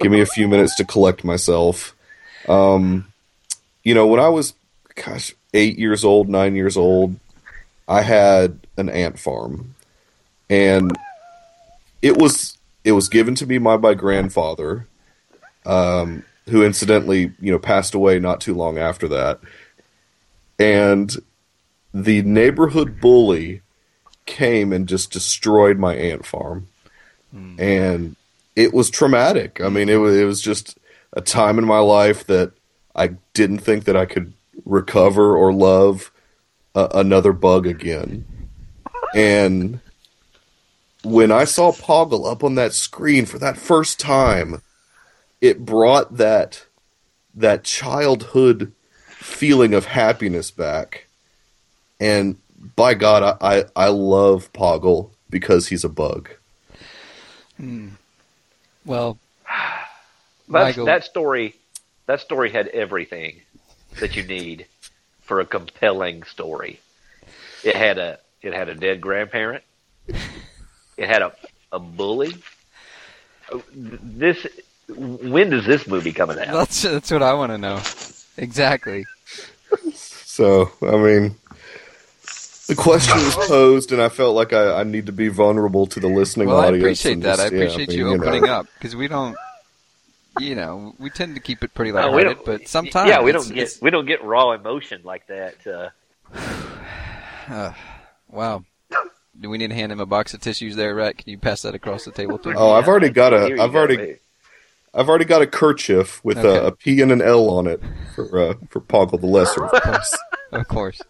give me a few minutes to collect myself. Um, you know, when I was gosh eight years old, nine years old, I had an ant farm, and it was it was given to me by my grandfather um, who incidentally, you know, passed away not too long after that. And the neighborhood bully came and just destroyed my ant farm, and it was traumatic. I mean, it was it was just a time in my life that I didn't think that I could recover or love a- another bug again, and. When I saw Poggle up on that screen for that first time, it brought that that childhood feeling of happiness back. And by God, I, I, I love Poggle because he's a bug. Well, That's, Michael- that story, that story had everything that you need for a compelling story. It had a it had a dead grandparent. It had a a bully. This when does this movie coming out? that's that's what I want to know. Exactly. So I mean, the question was posed, and I felt like I, I need to be vulnerable to the listening Well, I audience. appreciate and that. I just- yeah, appreciate mean, you know. opening up because we don't, you know, we tend to keep it pretty No, lighthearted, but sometimes Oh, yeah, we it's- don't get it's- we don't get raw emotion like that. Uh, uh, wow. Do we need to hand him a box of tissues there, Rhett? Can you pass that across the table to him? Oh, I've already got here a you I've go. already I've already got a kerchief with Okay. a, a P and an L on it for uh, for Poggle the Lesser, of course. Of course.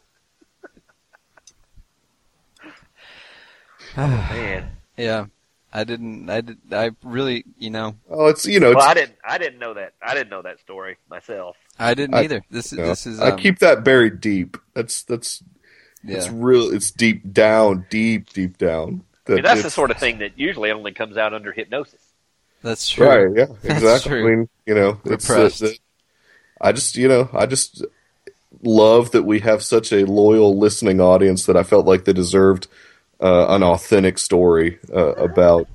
man. Yeah. I didn't. I did. I really. You know. oh, it's you know it's Well, I didn't I didn't know that I didn't know that story myself. I didn't I- either. This is. Yeah. This is. I Um, keep that buried deep. That's that's it's Yeah. real. It's deep down, deep, deep down. I mean, that's the it's- sort of thing that usually only comes out under hypnosis. That's true. right. Yeah, That's exactly. true. I mean, you know, it's, Repressed. it's- I just, you know, I just, love that we have such a loyal listening audience that I felt like they deserved uh, an authentic story uh, about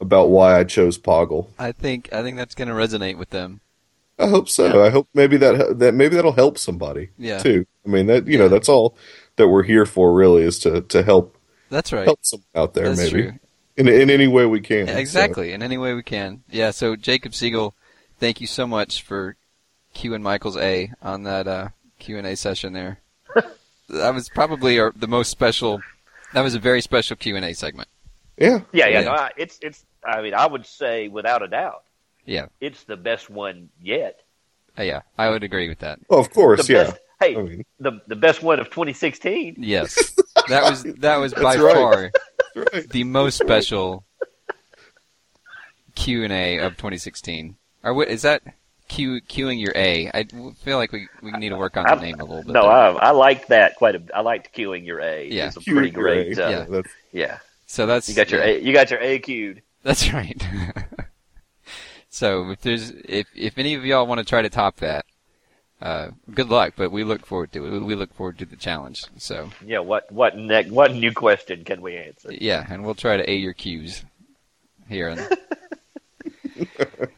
about why I chose Poggle. I think I think that's going to resonate with them. I hope so. I hope maybe that that maybe that'll help somebody Yeah. too. I mean that you know that's all that we're here for really is to to help That's right. help someone out there that's maybe true. in in any way we can. Yeah, so. exactly. In any way we can. Yeah. So Jacob Siegel, thank you so much for Q and Michael's A on that uh, Q and A session there. that was probably our, the most special. That was a very special Q and A segment. Yeah. Yeah, yeah. Yeah. no, I- it's it's. I mean, I would say without a doubt, Yeah. it's the best one yet. Uh, yeah, I would agree with that. Well, of The course. yeah. best. Hey, Oh. I mean, the the best one of 2016. Yes. That was that was by That's right. far that's right. the most special Q and A of 2016. Or what is that? Q queuing your A. I feel like we, we need to work on the I'm- name a little bit. No, there. I, I liked that quite a. I liked queuing your A. Yeah. it's a Cue pretty your A. great. Uh, Yeah, yeah. that's- so that's you got your yeah. A, you got your A queued. That's right. so if there's if if any of y'all want to try to top that, uh, good luck. But we look forward to it. We look forward to the challenge. So Yeah, what what next? What new question can we answer? yeah, and we'll try to a your cues here. And...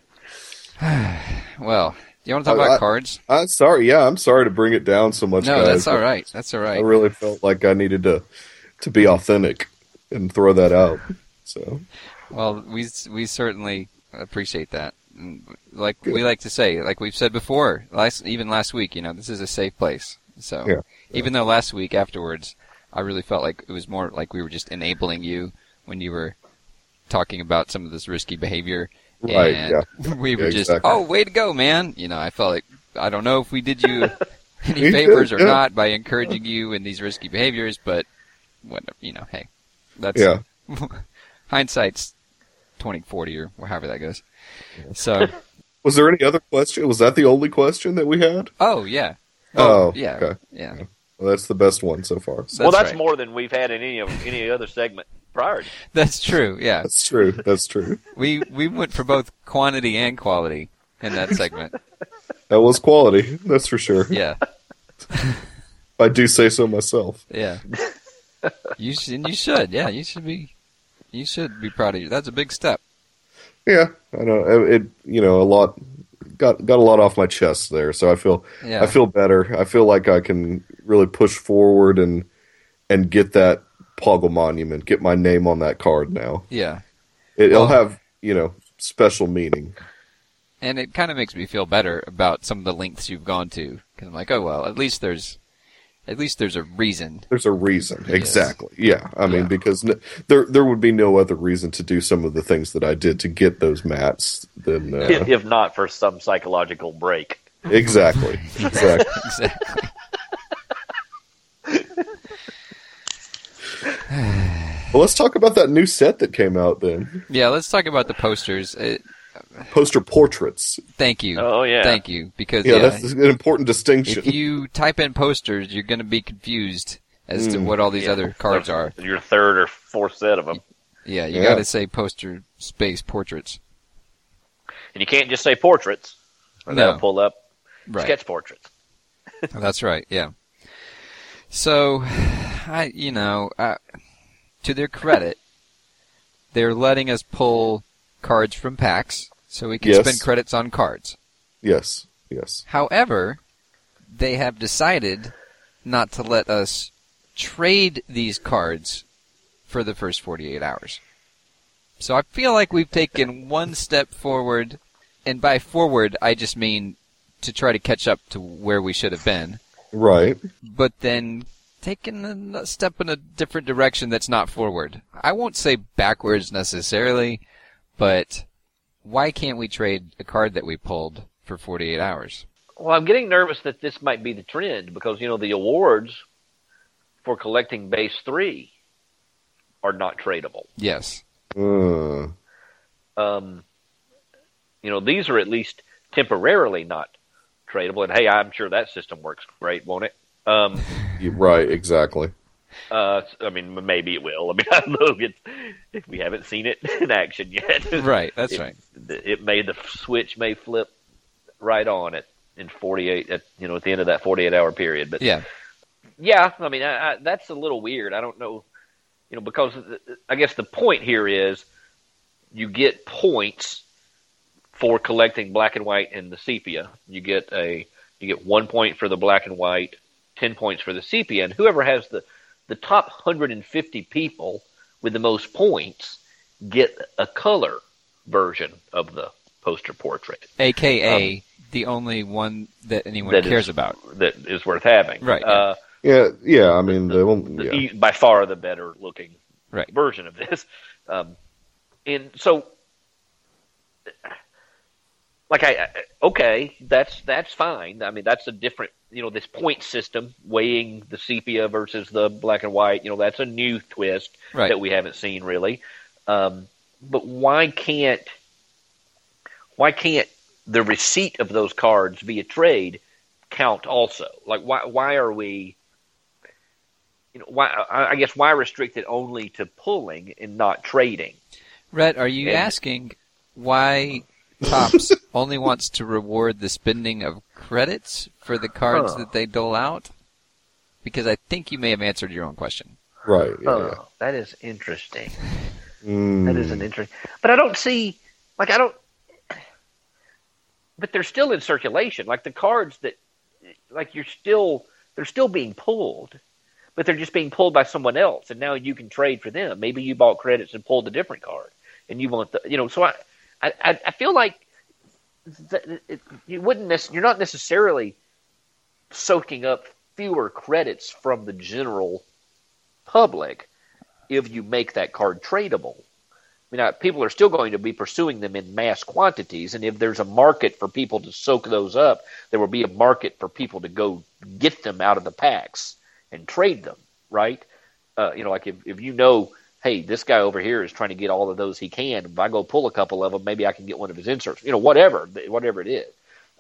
well, do you want to talk Oh, I- about I- cards? I'm sorry. Yeah, I'm sorry to bring it down so much. No, guys, that's but all right. That's all I right. really felt like I needed to to be authentic and throw that out. So Well, we we certainly appreciate that. And Like we like to say, like we've said before, last even last week, you know, this is a safe place. So Yeah. even though last week afterwards, I really felt like it was more like we were just enabling you when you were talking about some of this risky behavior. Right, And we were Yeah, just, exactly. oh, way to go, man. You know, I felt like I don't know if we did you any You did, favors or yeah. not by encouraging you in these risky behaviors, but whatever, you know, hey, that's yeah, hindsight's twenty forty or however that goes. So, was there any other question? Was that the only question that we had? oh yeah, Oh, yeah, okay. yeah. Well, that's the best one so far. So well, that's that's right. more than we've had in any of any other segment prior. That's true. Yeah, that's true. That's true. we we went for both quantity and quality in that segment. That was quality. That's for sure. Yeah, I do say so myself. yeah. You should, and you should. Yeah, you should be. You should be proud of you. That's a big step. Yeah, I know it. You know, a lot got got a lot off my chest there, so I feel Yeah. I feel better. I feel like I can really push forward and and get that Poggle Monument, get my name on that card now. Yeah, It, Well- it'll have you know special meaning. and it kind of makes me feel better about some of the lengths you've gone to because I'm like, oh well, at least there's, at least there's a reason. There's a reason, Yes. exactly. Yeah, I mean Yeah. because n- there there would be no other reason to do some of the things that I did to get those mats than uh, If, if not for some psychological break. exactly, exactly. Exactly. well, let's talk about that new set that came out then. Yeah, let's talk about the posters. Uh Poster portraits. thank you. Oh yeah. Thank you, because Yeah, yeah, that's an important distinction. if you type in posters, you're going to be confused as to Mm. what all these Yeah. other cards are. Your third or fourth set of them, Yeah, you Yeah. got to say poster space portraits. and you can't just say portraits. Or No. they'll pull up Right. sketch portraits. That's right. Yeah. So, I you know, I, to their credit, they're letting us pull cards from packs, so we can Yes. spend credits on cards. yes, yes. However, they have decided not to let us trade these cards for the first 48 hours. So I feel like we've taken one step forward, and by forward, I just mean to try to catch up to where we should have been, Right. but then taking a n- step in a different direction that's not forward. I won't say backwards necessarily, but why can't we trade a card that we pulled for 48 hours? Well, I'm getting nervous that this might be the trend because you know the awards for collecting base three are not tradable. Yes. Uh, Um, you know these are at least temporarily not tradable. And hey, I'm sure that system works great, won't it? Um, you- right, exactly. Uh, I mean, m- maybe it will. I mean, I don't know if, it's, if we haven't seen it in action yet. Right, that's It- right. It may the switch may flip right on it in 48 at you know at the end of that 48 hour period. But Yeah. yeah, I mean I, I, that's a little weird. I don't know, you know, because th- I guess the point here is you get points for collecting black and white and the sepia. You get a you get one point for the black and white, ten points for the sepia, and whoever has the the top 150 people with the most points get a color version of the poster portrait AKA the only one that anyone Um, that is- cares about. that is worth having. Right. Uh, Yeah, yeah. I mean, they won't. the, Yeah. e- by far the better looking Right. version of this. Um, and so, like I, I- okay, that's that's fine. I mean, that's a different, you know, this point system weighing the sepia versus the black and white. You know, that's a new twist Right. that we haven't seen really. Um, but why can't why can't the receipt of those cards via trade count also? Like why why are we you know why I I guess why restrict it only to pulling and not trading? Rhett, are you And- asking why Tops only wants to reward the spending of credits for the cards Huh. that they dole out? Because I think you may have answered your own question. Right. Yeah. Oh, that is interesting. yeah. Mm. That is an interesting. But I don't see like I don't but they're still in circulation. Like the cards that like you're still they're still being pulled. But they're just being pulled by someone else and now you can trade for them. Maybe you bought credits and pulled a different card and you want the you know, so I I, I- I feel like th- it, you wouldn't nec- you're not necessarily soaking up fewer credits from the general public if you make that card tradable. I mean, I- people are still going to be pursuing them in mass quantities, and if there's a market for people to soak those up, there will be a market for people to go get them out of the packs and trade them, right? Uh, you know, like if, if you know, hey, this guy over here is trying to get all of those he can. If I go pull a couple of them, maybe I can get one of his inserts. You know, whatever, th- whatever it is.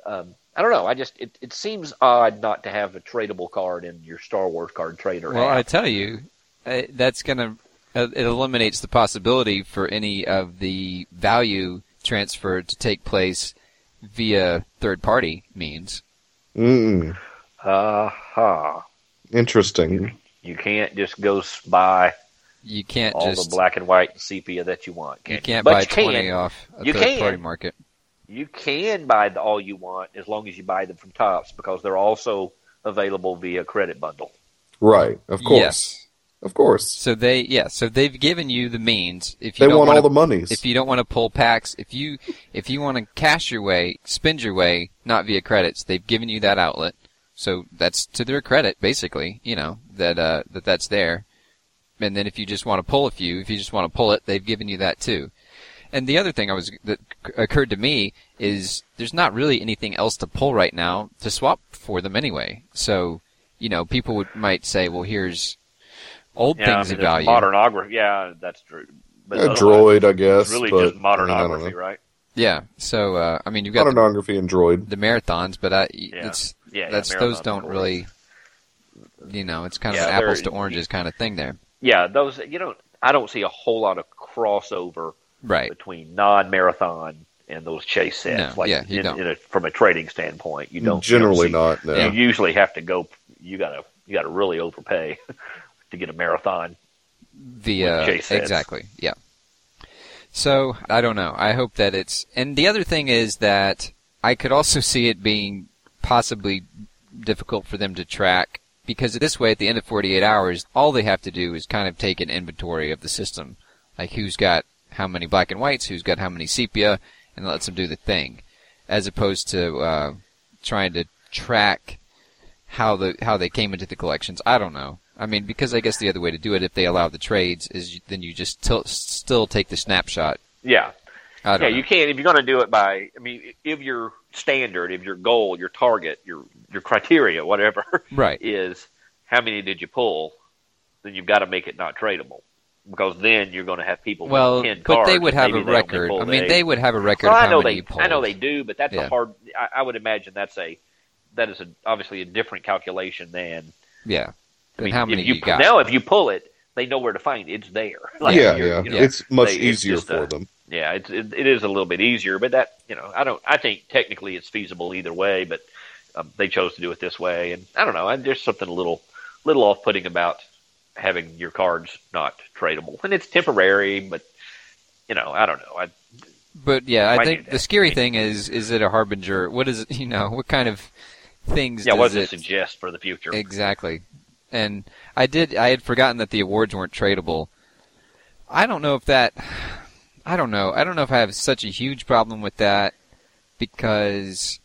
Um, I don't know. I just it, it seems odd not to have a tradable card in your Star Wars card trader. Well, app. I tell you, uh, that's going to uh, it eliminates the possibility for any of the value transfer to take place via third party means. E- Mm-mm. Aha. Interesting. Uh-huh. You can't just go s- buy You can't all just the black and white and sepia that you want. Can you can't but buy you can. 20 off a You third can. party market. You can buy the, all you want as long as you buy them from Tops because they're also available via credit bundle. Right. Of course. Yes. Of course. So they yeah, so they've given you the means if you They don't want wanna- all the monies. if you don't want to pull packs, if you if you want to cash your way, spend your way, not via credits, they've given you that outlet. So that's to their credit, basically. You know that uh, that that's there. And then if you just want to pull a few, if you just want to pull it, they've given you that too. And the other thing I was that c- occurred to me is there's not really anything else to pull right now to swap for them anyway. So you know people would might say, well, here's old Yeah, things I mean, of there's value. Modernography. Yeah, that's true. But a otherwise, droid, I It's guess. really but, just I mean, I modernography, don't know. right? Yeah. So uh, I mean, you've got the- Modernography and droid. the marathons, but I it's Yeah, yeah, that's those marathon don't droids. really you know, it's kind of Yeah, an apples to they're- oranges kind of thing there. Yeah, those you don't. I don't see a whole lot of crossover Right. between non-marathon and those chase sets. No, like yeah, you in, don't. in a, from a trading standpoint, you don't you don't Generally see- not. No. you usually have to go you gotta you gotta really overpay to get a marathon The with uh, chase sets. exactly. Yeah. So, I don't know. I hope that it's and the other thing is that I could also see it being possibly difficult for them to track because this way at the end of 48 hours all they have to do is kind of take an inventory of the system like who's got how many black and whites who's got how many sepia and lets them do the thing as opposed to uh, trying to track how the how they came into the collections i don't know i mean because i guess the other way to do it if they allow the trades is you, then you just til- still take the snapshot yeah i yeah don't know. you can't if you're gonna do it by i mean if your standard if your goal your target your your criteria whatever right is how many did you pull then you've got to make it not tradable because then you're going to have people well with 10 but cards, they would have maybe a they only record i pulled mean eight. they would have a record Well, of I how know many they, you pulled. I know they do, but that's Yeah. a hard. I, I would imagine that's a that is a, obviously a different calculation than. yeah I Then mean, how many if you, you got? now? If you pull it, they know where to find it. It's there. Like, yeah, you're- yeah. you know, it's much they- it's easier just for a- them. Yeah, it's, it, it is a little bit easier, but that you know, I don't. I think technically it's feasible either way, but Um, they chose to do it this way, and I don't know. I, there's something a little, little off-putting about having your cards not tradable, and it's temporary. But you know, I don't know. I, But yeah, I Why think do the that? scary thing is is it a harbinger? What is you know what kind of things? yeah, does what does it it suggest for the future? Exactly. And I did I had forgotten that the awards weren't tradable. I don't know if that I don't know. I don't know if I have such a huge problem with that because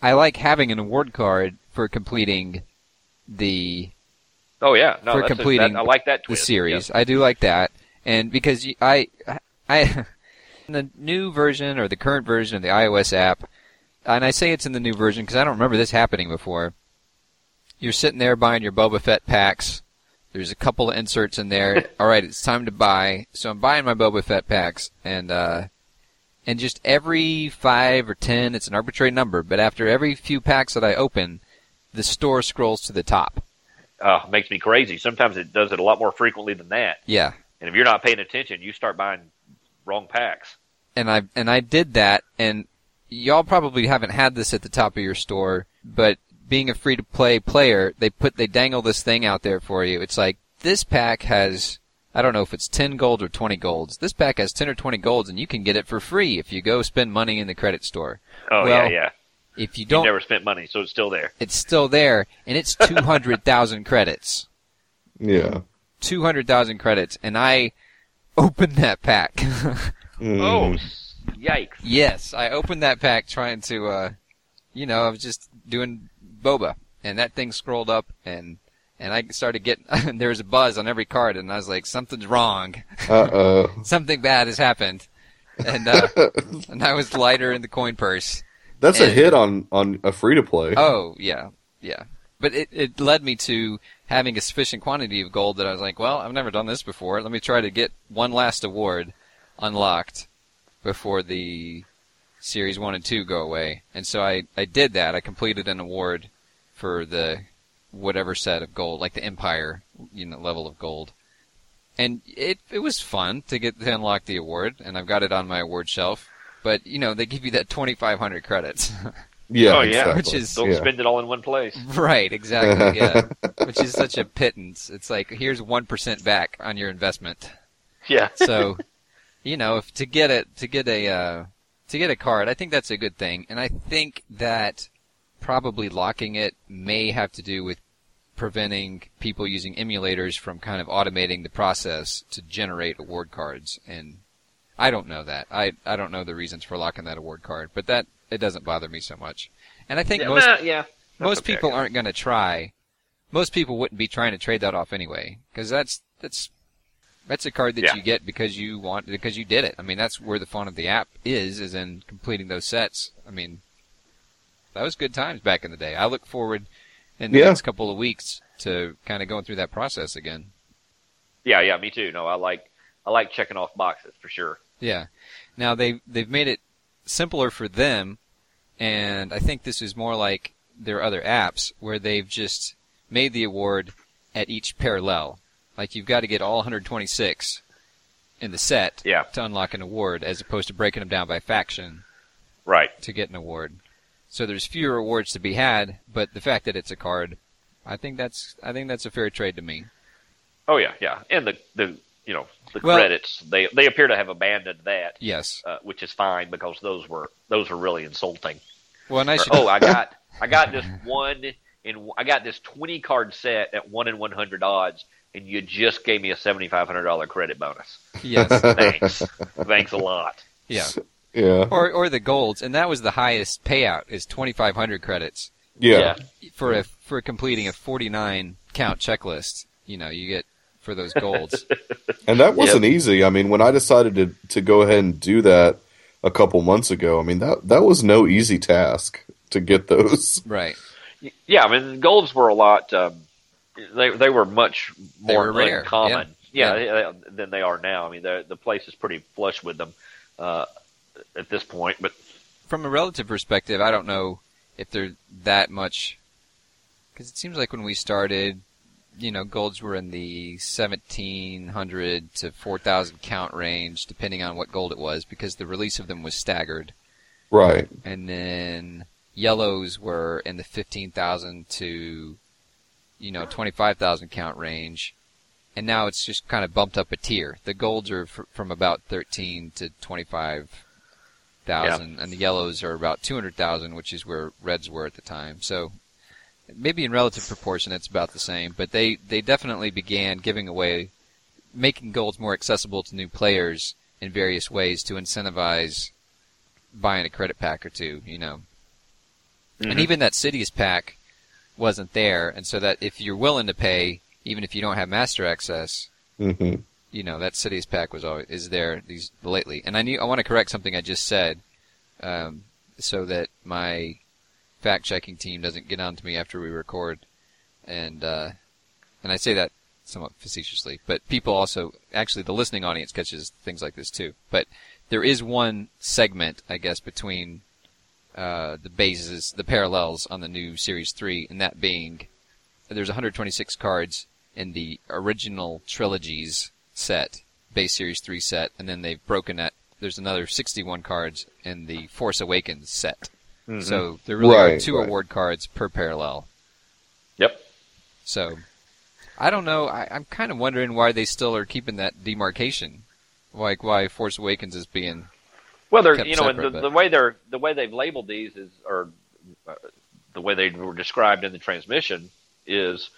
I like having an award card for completing the oh yeah, no, for that's a- completing that- I like that the twist. series. I do like that. And because you, I I in the new version or the current version of the iOS app and I say it's in the new version because I don't remember this happening before. You're sitting there buying your Boba Fett packs. There's a couple of inserts in there. All right, it's time to buy. So I'm buying my Boba Fett packs, and uh, and just every five or ten, it's an arbitrary number, but after every few packs that I open, the store scrolls to the top. Yep. Oh, makes me crazy. Sometimes it does it a lot more frequently than that. Yeah, And if you're not paying attention, you start buying wrong packs. and I and I did that, and y'all probably haven't had this at the top of your store, but being a free to play player, they put they dangle this thing out there for you. It's like this pack has I don't know if it's ten gold or twenty golds. This pack has ten or twenty golds, and you can get it for free if you go spend money in the credit store. Oh yeah, Well, yeah. If you You don't, never spent money, so it's still there. it's still there, and it's two hundred thousand credits. Yeah. Two hundred thousand credits, and I opened that pack. Mm. Mm-hmm. Oh, yikes! Yes, I opened that pack trying to, uh, you know, I was just doing boba, and that thing scrolled up, and and I started getting there was a buzz on every card, and I was like, something's wrong, Uh oh. something bad has happened, and uh, and I was lighter in the coin purse. That's a And- hit on on a free to play. Oh yeah, yeah, but it it led me to having a sufficient quantity of gold that I was like, well, I've never done this before. Let me try to get one last award unlocked before the series one and two go away. And so I, I did that. I completed an award for the whatever set of gold, like the Empire you know, level of gold. And it it was fun to get to unlock the award, and I've got it on my award shelf. But you know they give you that twenty five hundred credits, Yeah. Oh, yeah. exactly. which is Don't Yeah. spend it all in one place. right exactly yeah, which is such a pittance. It's like here's one percent back on your investment. Yeah. So, you know, if to get it to get a uh, to get a card, I think that's a good thing, and I think that probably locking it may have to do with preventing people using emulators from kind of automating the process to generate award cards. And I don't know that. I I don't know the reasons for locking that award card, but that it doesn't bother me so much. And I think yeah, most nah, yeah. That's most okay. people aren't going to try. Most people wouldn't be trying to trade that off anyway, because that's that's that's a card that Yeah. you get because you want because you did it. I mean, that's where the fun of the app is, is in completing those sets. I mean, that was good times back in the day. I look forward in the Yeah. next couple of weeks to kind of going through that process again. Yeah, yeah. Me too. No, I like I like checking off boxes for sure. Yeah. Now they they've made it simpler for them, and I think this is more like their other apps where they've just made the award at each parallel. Like you've got to get all 126 in the set Yeah. to unlock an award, as opposed to breaking them down by faction Right. to get an award. So there's fewer awards to be had, but the fact that it's a card, I think that's I think that's a fair trade to me. Oh yeah, yeah. And the the you know the Well- credits they they appear to have abandoned that, Yes. uh, which is fine because those were those were really insulting. Well, and I Or, should, oh, I got I got this one and I got this twenty card set at one in one hundred odds, and you just gave me a seventy five hundred dollar credit bonus. yes, Thanks, thanks a lot. yeah. Yeah. or or the golds, and that was the highest payout is twenty five hundred credits yeah. for a for completing a forty nine count checklist. You know, you get for those golds. And that wasn't easy. I mean, when I decided to to go ahead and do that a couple months ago, I mean that that was no easy task to get those. right. Y- Yeah, I mean, the golds were a lot. Um, they they were much They more were rare, uncommon, yeah, they- they- than they are now. I mean, the the place is pretty flush with them uh, at this point. But From a relative perspective, I don't know if they're that much because it seems like when we started, you know, golds were in the seventeen hundred to four thousand count range, depending on what gold it was, because the release of them was staggered. Right. and then yellows were in the 15,000 to, you know, 25,000 count range. And now it's just kind of bumped up a tier. The golds are fr- from about 13 to 25,000 and the yellows are about 200,000, which is where reds were at the time. So maybe in relative proportion it's about the same, but they, they definitely began giving away, making golds more accessible to new players in various ways to incentivize buying a credit pack or two, you know. And even that cities pack wasn't there, and so that if you're willing to pay, even if you don't have master access, hmm you know that cities pack was always is there these lately. And I need I want to correct something I just said, um, so that my fact checking team doesn't get on to me after we record, and uh, and I say that somewhat facetiously, but people also actually the listening audience catches things like this too. But there is one segment, I guess, between uh, the bases, the parallels on the new Series 3, and that being there's 126 cards in the original trilogies set, base Series 3 set, and then they've broken that. There's another 61 cards in the Force Awakens set. So there really are Right, two right. award cards per parallel. Yep. So I don't know. I, I'm kind of wondering why they still are keeping that demarcation. Like why Force Awakens is being Well, they're kept you know and separate, the, but- the way they're the way they've labeled these is or uh, the way they were described in the transmission is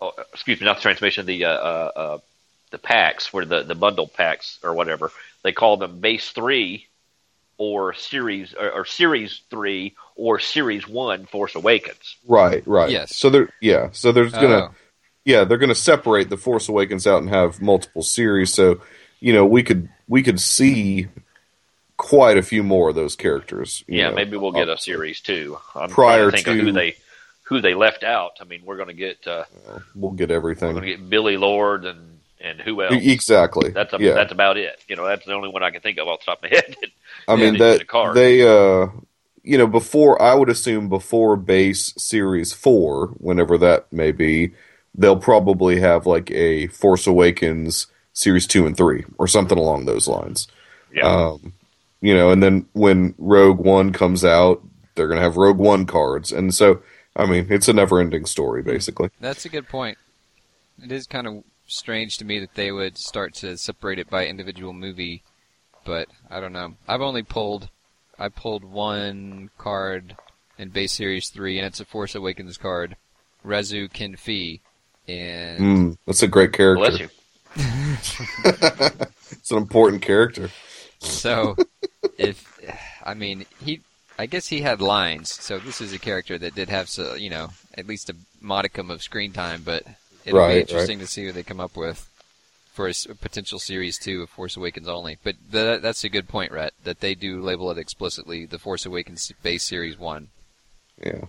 uh, uh, excuse me not the transmission the uh, uh, uh, the packs where the the bundle packs or whatever they call them base three or series or, or series three or series one Force Awakens. Right, right. Yes. So they're yeah. So there's gonna Oh. yeah they're gonna separate the Force Awakens out and have multiple series. So you know we could we could see quite a few more of those characters. you Yeah, know. maybe we'll get a Oh. obviously. series two. I'm Prior trying to think of to- who they who they left out. I mean, we're going to get uh, We'll get we're everything. going to get Billy Lord and and E- who else? exactly. That's a, yeah. Uh, that's about it. You know, that's the only one I can think of off the top of my head. I Yeah, mean they did a that card. they uh you know before I would assume before base series 4 whenever that may be they'll probably have like a Force Awakens series 2 and 3 or something along those lines. yeah, Um you know and then when Rogue One comes out they're going to have Rogue One cards and so I mean it's a never-ending story basically. That's a good point. It is kind of strange to me that they would start to separate it by individual movie, but I don't know. I've only pulled, I pulled one card in base series three, and it's a Force Awakens card, Rezu Kinfi, and Mm, that's a great character. bless you. It's an important character. so if I mean he, I guess he had lines. So this is a character that did have so you know at least a modicum of screen time, but it'll Right, be right. interesting to see what they come up with for a s- a potential series two of Force Awakens only. But tha that's a good point, Rhett, that they do label it explicitly the Force Awakens base series one. Yeah.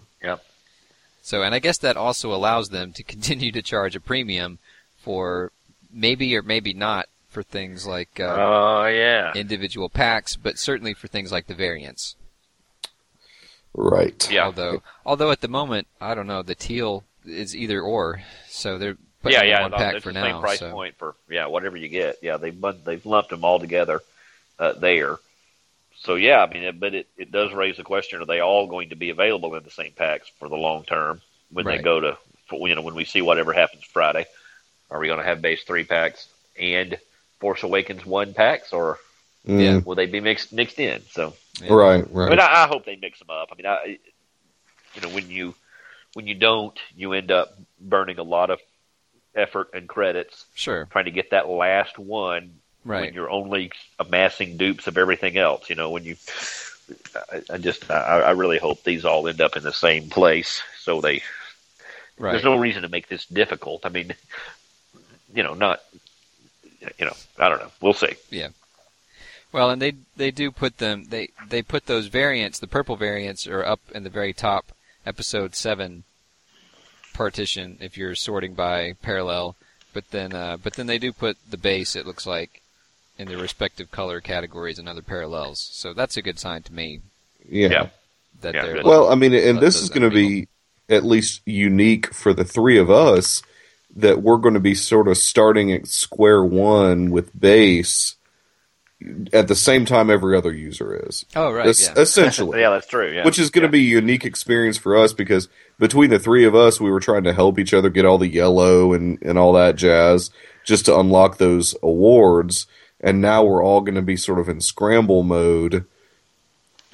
So, and I guess that also allows them to continue to charge a premium for maybe or maybe not for things like uh, Oh yeah, individual packs, but certainly for things like the variants. Right. yeah, Although, although at the moment, I don't know, the teal is either or, so they're putting it yeah, in yeah. one no, pack it's for the now. same price so. point for yeah whatever you get. Yeah, they've bun- they've lumped them all together uh, there. So yeah, I mean, it, but it, it does raise the question: Are they all going to be available in the same packs for the long term when Right. they go to for, you know when we see whatever happens Friday? Are we going to have base three packs and Force Awakens one packs, or Yeah. Mm, will they be mixed mixed in? So Yeah. Right, right. I mean, I, I hope they mix them up. I mean, I, you know, when you when you don't, you end up burning a lot of effort and credits Sure, trying to get that last one when right. you're only amassing dupes of everything else. You know, when you, I, I just, I, I really hope these all end up in the same place. So they, Right. there's no reason to make this difficult. I mean, you know, not, you know, I don't know. We'll see. Well, and they they do put them they they put those variants. The purple variants are up in the very top episode seven partition if you're sorting by parallel. But then uh, but then they do put the base. It looks like in their respective color categories and other parallels. So that's a good sign to me Yeah. that Yeah, they're good. Well, I mean, and That this is doesn't going to be at least unique for the three of us that we're going to be sort of starting at square one with base, at the same time every other user is. Oh, right. Es- yeah. Essentially. yeah, that's true. Yeah. Which is going to Yeah. be a unique experience for us because between the three of us, we were trying to help each other get all the yellow and, and all that jazz just to unlock those awards. And now we're all going to be sort of in scramble mode,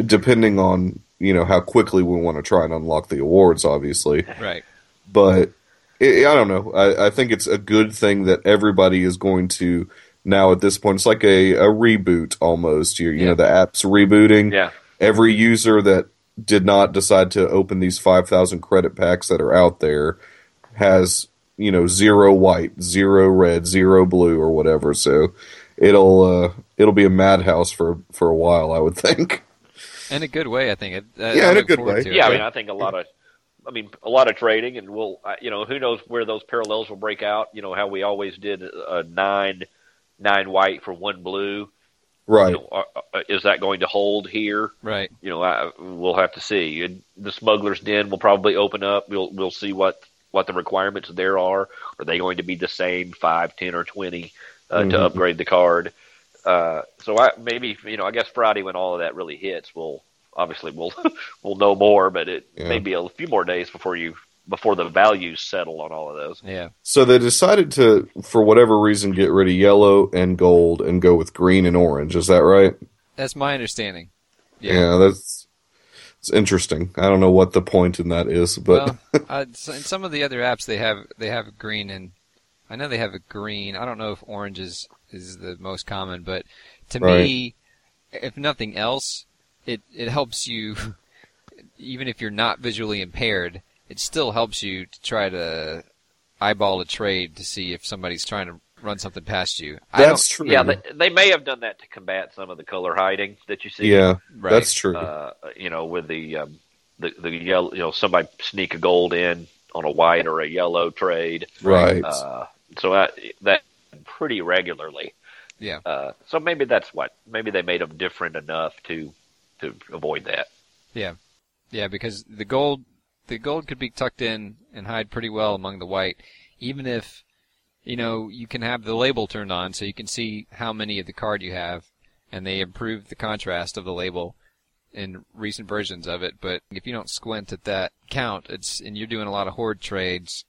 depending on you know how quickly we want to try and unlock the awards, obviously Right. but i I don't know. I, I think it's a good thing that everybody is going to now at this point. It's like a, a reboot almost. You, you Yeah. know, the app's rebooting. Yeah. Every user that did not decide to open these 5,000 credit packs that are out there has, you know, zero white, zero red, zero blue or whatever. So it'll, uh, it'll be a madhouse for, for a while, I would think. In a good way, I think. It, uh, Yeah, I in a look good forward way. to it. Yeah, I mean, I think a lot of, I mean, a lot of trading, and we'll, I- you know, who knows where those parallels will break out. You know how we always did a nine, nine white for one blue. Right. You know, are- are- is that going to hold here? Right. You know, I, we'll have to see. And the smuggler's den will probably open up. We'll we'll see what what the requirements there are. Are they going to be the same five, ten, or twenty uh, Mhm. to upgrade the card? Uh, so I maybe you know I guess Friday when all of that really hits, we'll obviously we'll we'll know more. But it Yeah. may be a few more days before you before the values settle on all of those. Yeah. So they decided to, for whatever reason, get rid of yellow and gold and go with green and orange. Is that right? That's my understanding. Yeah, that's it's interesting. I don't know what the point in that is, but well, uh, s- in some of the other apps, they have they have green and I know they have a green. I don't know if orange is is the most common, but to me, if nothing else, it it helps you. Even if you're not visually impaired, it still helps you to try to eyeball a trade to see if somebody's trying to run something past you. I that's true. Yeah, they, they may have done that to combat some of the color hiding that you see. Yeah, don't, right. that's true. uh, you know, with the um, the the yellow, you know, somebody sneak a gold in on a white or a yellow trade. right. Uh, so I, that pretty regularly. yeah. Uh, so maybe that's what maybe they made them different enough to to avoid that. Yeah, because the gold the gold could be tucked in and hide pretty well among the white, even if you know you can have the label turned on so you can see how many of the card you have, and they improved the contrast of the label in recent versions of it. But if you don't squint at that count, it's and you're doing a lot of horde trades,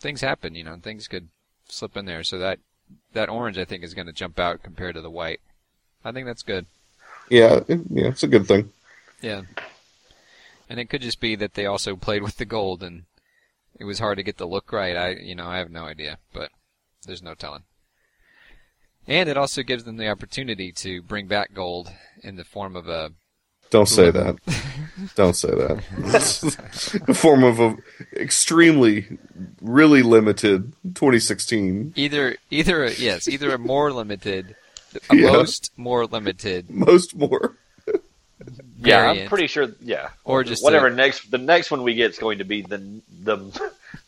things happen. You know, and things could slip in there. So that that orange I think is going to jump out compared to the white. I think that's good. yeah, it- yeah, it's a good thing. Yeah. And it could just be that they also played with the gold and it was hard to get the look right. I you know, I have no idea, but there's no telling. And it also gives them the opportunity to bring back gold in the form of a Don't say that. don't say that. A form of a extremely, really limited 2016, either either a, yes, either a more limited a Yeah. most more limited most more. variant. I'm pretty sure. Yeah, Or just whatever a- next the next one we get is going to be the the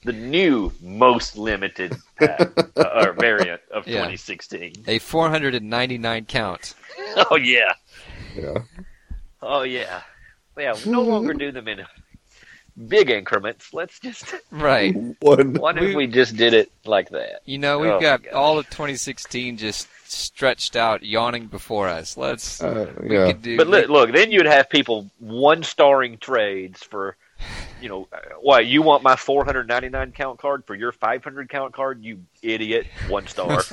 the new most limited pack, uh, or variant of Yeah. 2016. a 499 count. Oh yeah. Yeah. Oh yeah, yeah. We no longer do them in big increments. Let's just. Right. One. What if we just did it like that? You know, we've Oh, my got gosh. all of 2016 just stretched out yawning before us. Let's Uh, we yeah. could do But look, look, then you'd have people one starring trades for, you know, uh, what you want my four hundred ninety nine count card for your five hundred count card? You idiot! One star.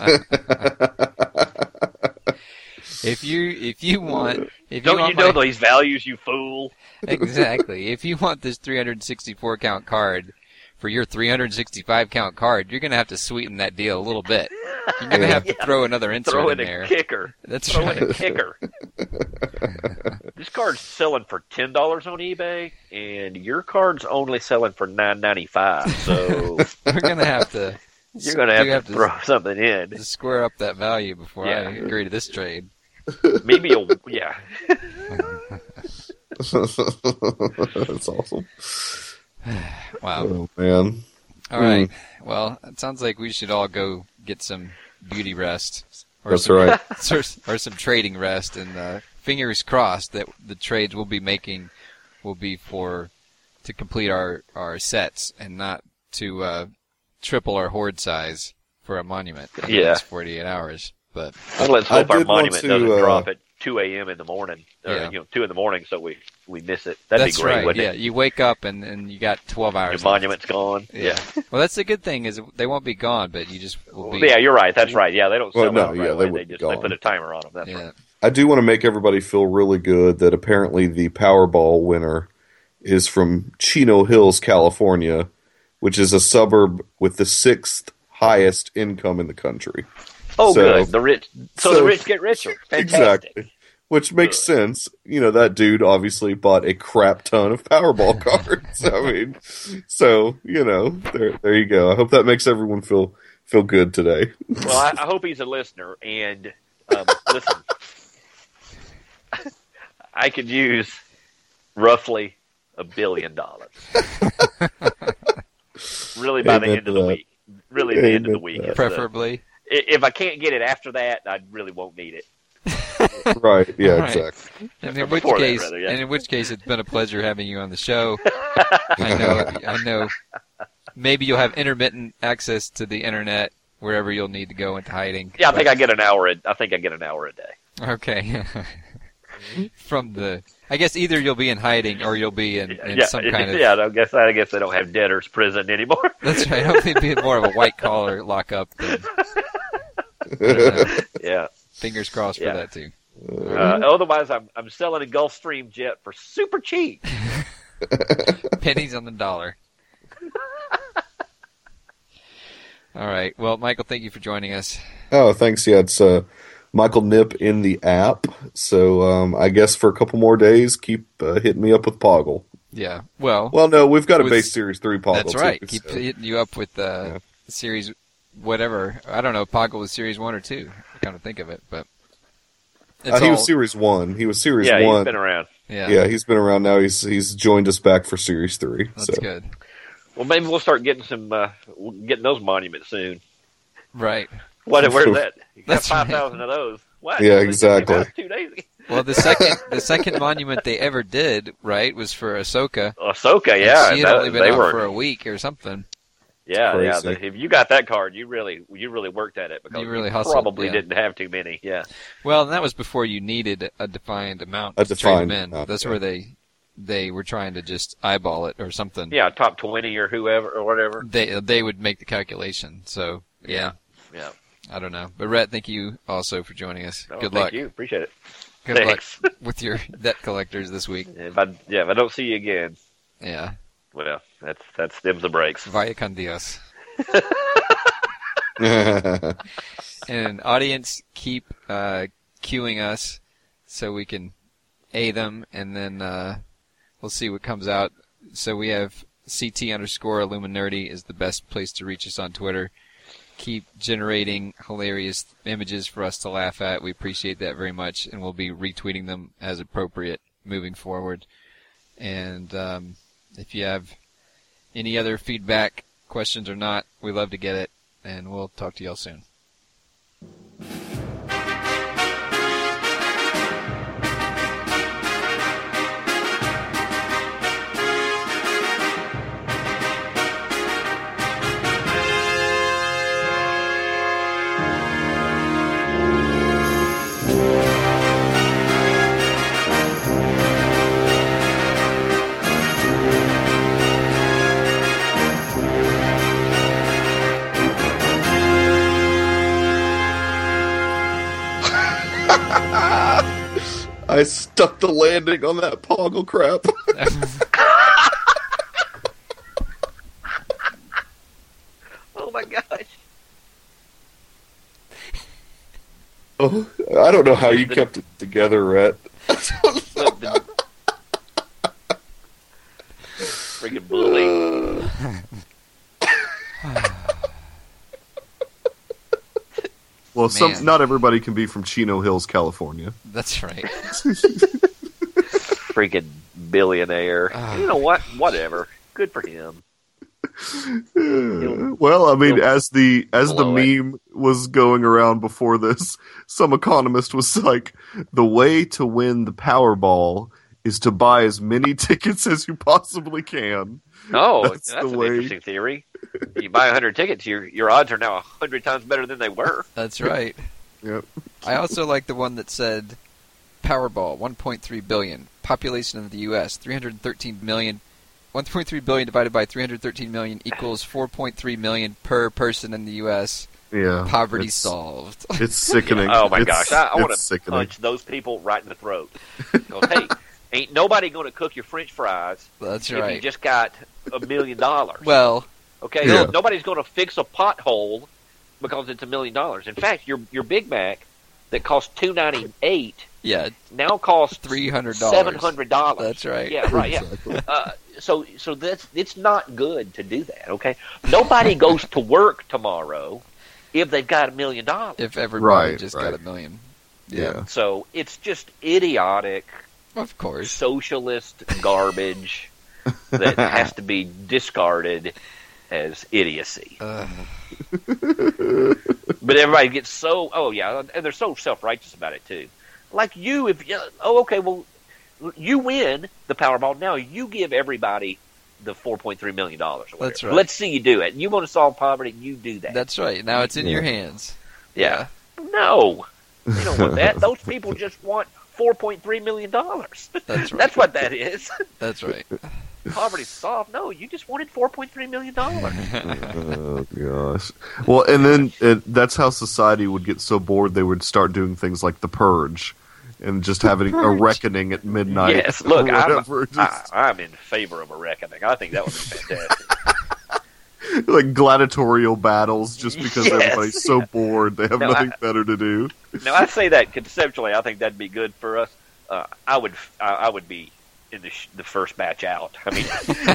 If you if you want if you Don't you want know my- these values, you fool? exactly if you want this 364 count card for your 365 count card, you're gonna have to sweeten that deal a little bit. You're gonna Yeah. have to throw another insert Throw in in there. a kicker. That's Throw right. in a kicker. this card's selling for ten dollars on eBay, and your card's only selling for nine ninety five. So We're gonna have to You're gonna have, you to, throw something in. s- square up that value before I Yeah. agree to this trade. Maybe a yeah. That's awesome. Wow. Oh man. All right. Well, it sounds like we should all go get some beauty rest. Or That's some, right. or, or some trading rest, and uh, fingers crossed that the trades we'll be making will be for to complete our our sets and not to uh, triple our horde size for a monument in the Yeah. next 48 hours. But Well, let's I hope our did want monument to, doesn't uh, drop at 2 a.m. in the morning, or Yeah. you know, 2 in the morning, so we we miss it. That'd that's be great, right. wouldn't yeah, it? you wake up and, and you got 12 hours. Your left. monument's gone. Yeah. well, that's the good thing is they won't be gone, but you just will be. yeah, you're right. That's right. Yeah, they don't Well, sell no, out yeah, right they away. would They be just they gone. put a timer on them. That's yeah. right. I do want to make everybody feel really good that apparently the Powerball winner is from Chino Hills, California, which is a suburb with the sixth highest income in the country. Oh, So- good. The rich. So, so- the rich get richer. Fantastic. Exactly. Which makes sense. You know, that dude obviously bought a crap ton of Powerball cards. I mean, so, you know, there there you go. I hope that makes everyone feel feel good today. Well, I, I hope he's a listener. And um, listen, I could use roughly a billion dollars. really, by the Amen end to of the that. week. Really, the end of the Amen to week. that. is the- Preferably. i- if I can't get it after that, I really won't need it. right. Yeah, All right. exactly. And in which Before that, case, rather, yeah. and in which case, it's been a pleasure having you on the show. I know, I know. Maybe you'll have intermittent access to the internet wherever you'll need to go into hiding. Yeah, I think I get an hour. A, I think I get an hour a day. Okay. From the, I guess either you'll be in hiding or you'll be in, in yeah, some kind of. yeah. I guess I guess they don't have debtors prison anymore. That's right. Hopefully, it'll be more of a white collar lockup. Than, I don't know. yeah. Fingers crossed Yeah. for that too. Uh, otherwise, I'm I'm selling a Gulfstream jet for super cheap. Pennies on the dollar. All right. Well, Michael, thank you for joining us. Oh, thanks. Yeah, it's uh, Michael Nip in the app. So um, I guess for a couple more days, keep uh, hitting me up with Poggle. Yeah. Well, Well, no, we've got a With- base series three Poggle. that's right. Too, Keep so- hitting you up with uh, Yeah. series whatever. I don't know. if Poggle was series one or two. I kind of think of it, but it's Uh, he all- was series one. He was series yeah, one. he's been around. yeah. yeah, he's been around now. He's he's joined us back for series three. That's so good. Well, maybe we'll start getting some uh, getting those monuments soon. Right. What? Where's that? You got That's right. five thousand of those. What? Yeah, They just came exactly. out Two days ago. Well, the second the second monument they ever did right was for Ahsoka. Ahsoka, and yeah, she had that- only been they out were, for a week or something. yeah, yeah. Crazy. the- if you got that card, you really, you really worked at it because You really hustled, probably yeah. didn't have too many. Yeah, Well, and that was before you needed a defined amount A to trade them defined in. amount, That's yeah. where they they were trying to just eyeball it or something. yeah, top twenty or whoever or whatever. They they would make the calculation. So yeah, Yeah. I don't know. But Rhett, thank you also for joining us. No, Good thank luck. you. Appreciate it. Good Thanks. luck with your debt collectors this week. If I yeah, if I don't see you again, Yeah, well, that's that stems the brakes. vaya con Dios. And audience, keep uh, queuing us so we can a them, and then uh, we'll see what comes out. So we have CT underscore Illuminati is the best place to reach us on Twitter. Keep generating hilarious images for us to laugh at. We appreciate that very much, and we'll be retweeting them as appropriate moving forward. And um, if you have any other feedback, questions or not, we love to get it, and we'll talk to y'all soon. I stuck the landing on that Poggle crap. Oh my gosh. Oh, I don't know how you kept it together, Rhett. Look, the- Freaking bully. Well, Man. some not everybody can be from Chino Hills, California. That's right. Freaking billionaire. Ah. you know what? Whatever. Good for him. well, I mean, He'll as the as the blow it. meme was going around before this, some economist was like, "The way to win the Powerball is to buy as many tickets as you possibly can." Oh, That's that's, the an way. interesting theory. You buy 100 tickets, your your odds are now 100 times better than they were. That's right. Yep. I also like the one that said Powerball 1.3 billion, population of the US 313 million. 1.3 billion divided by 313 million equals 4.3 million per person in the US. Yeah. Poverty it's, solved. It's sickening. Oh my It's- gosh, I, I want it's to sickening. punch those people right in the throat. 'Cause, hey, ain't nobody going to cook your French fries That's if you right. just got a million dollars. Well, okay, Yeah. nobody's going to fix a pothole because it's a million dollars. In fact, your your Big Mac that cost two ninety eight yeah, now costs $300. seven hundred dollars. That's right. Yeah, right. Yeah. Exactly. Uh, so so that's it's not good to do that. Okay, nobody goes to work tomorrow if they've got a million dollars. If everybody Right, just right. got a million. Yeah. So it's just idiotic Of course. socialist garbage that has to be discarded as idiocy. Uh, But everybody gets so oh yeah, and they're so self righteous about it too. Like you, if you, oh okay, well you win the Powerball now. You give everybody the four point three million dollars. That's right. Let's see you do it. You want to solve poverty? You do that. that's right. Now it's in Yeah. your hands. yeah. No, they don't want that. Those people just want four point three million dollars. That's right. That's what that is. That's right. Poverty solved. No, you just wanted four point three million dollars. oh gosh. Well, and then it, that's how society would get so bored they would start doing things like the purge, and just having a reckoning at midnight. Yes, look, or I'm, whatever, I, just I'm in favor of a reckoning. I think that would be fantastic. like gladiatorial battles, just because Yes. everybody's so bored they have No, I- nothing better to do. now, I say that conceptually. I think that'd be good for us. Uh, I would, I, I would be in the, sh- the first batch out. I mean,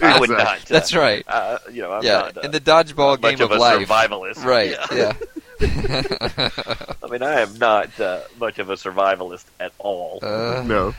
I would not. Uh, That's right. Uh, you know, I'm yeah. not uh, In the dodgeball much game of of, a life. survivalist. Right. Yeah. yeah. I mean, I am not uh, much of a survivalist at all. Uh, No,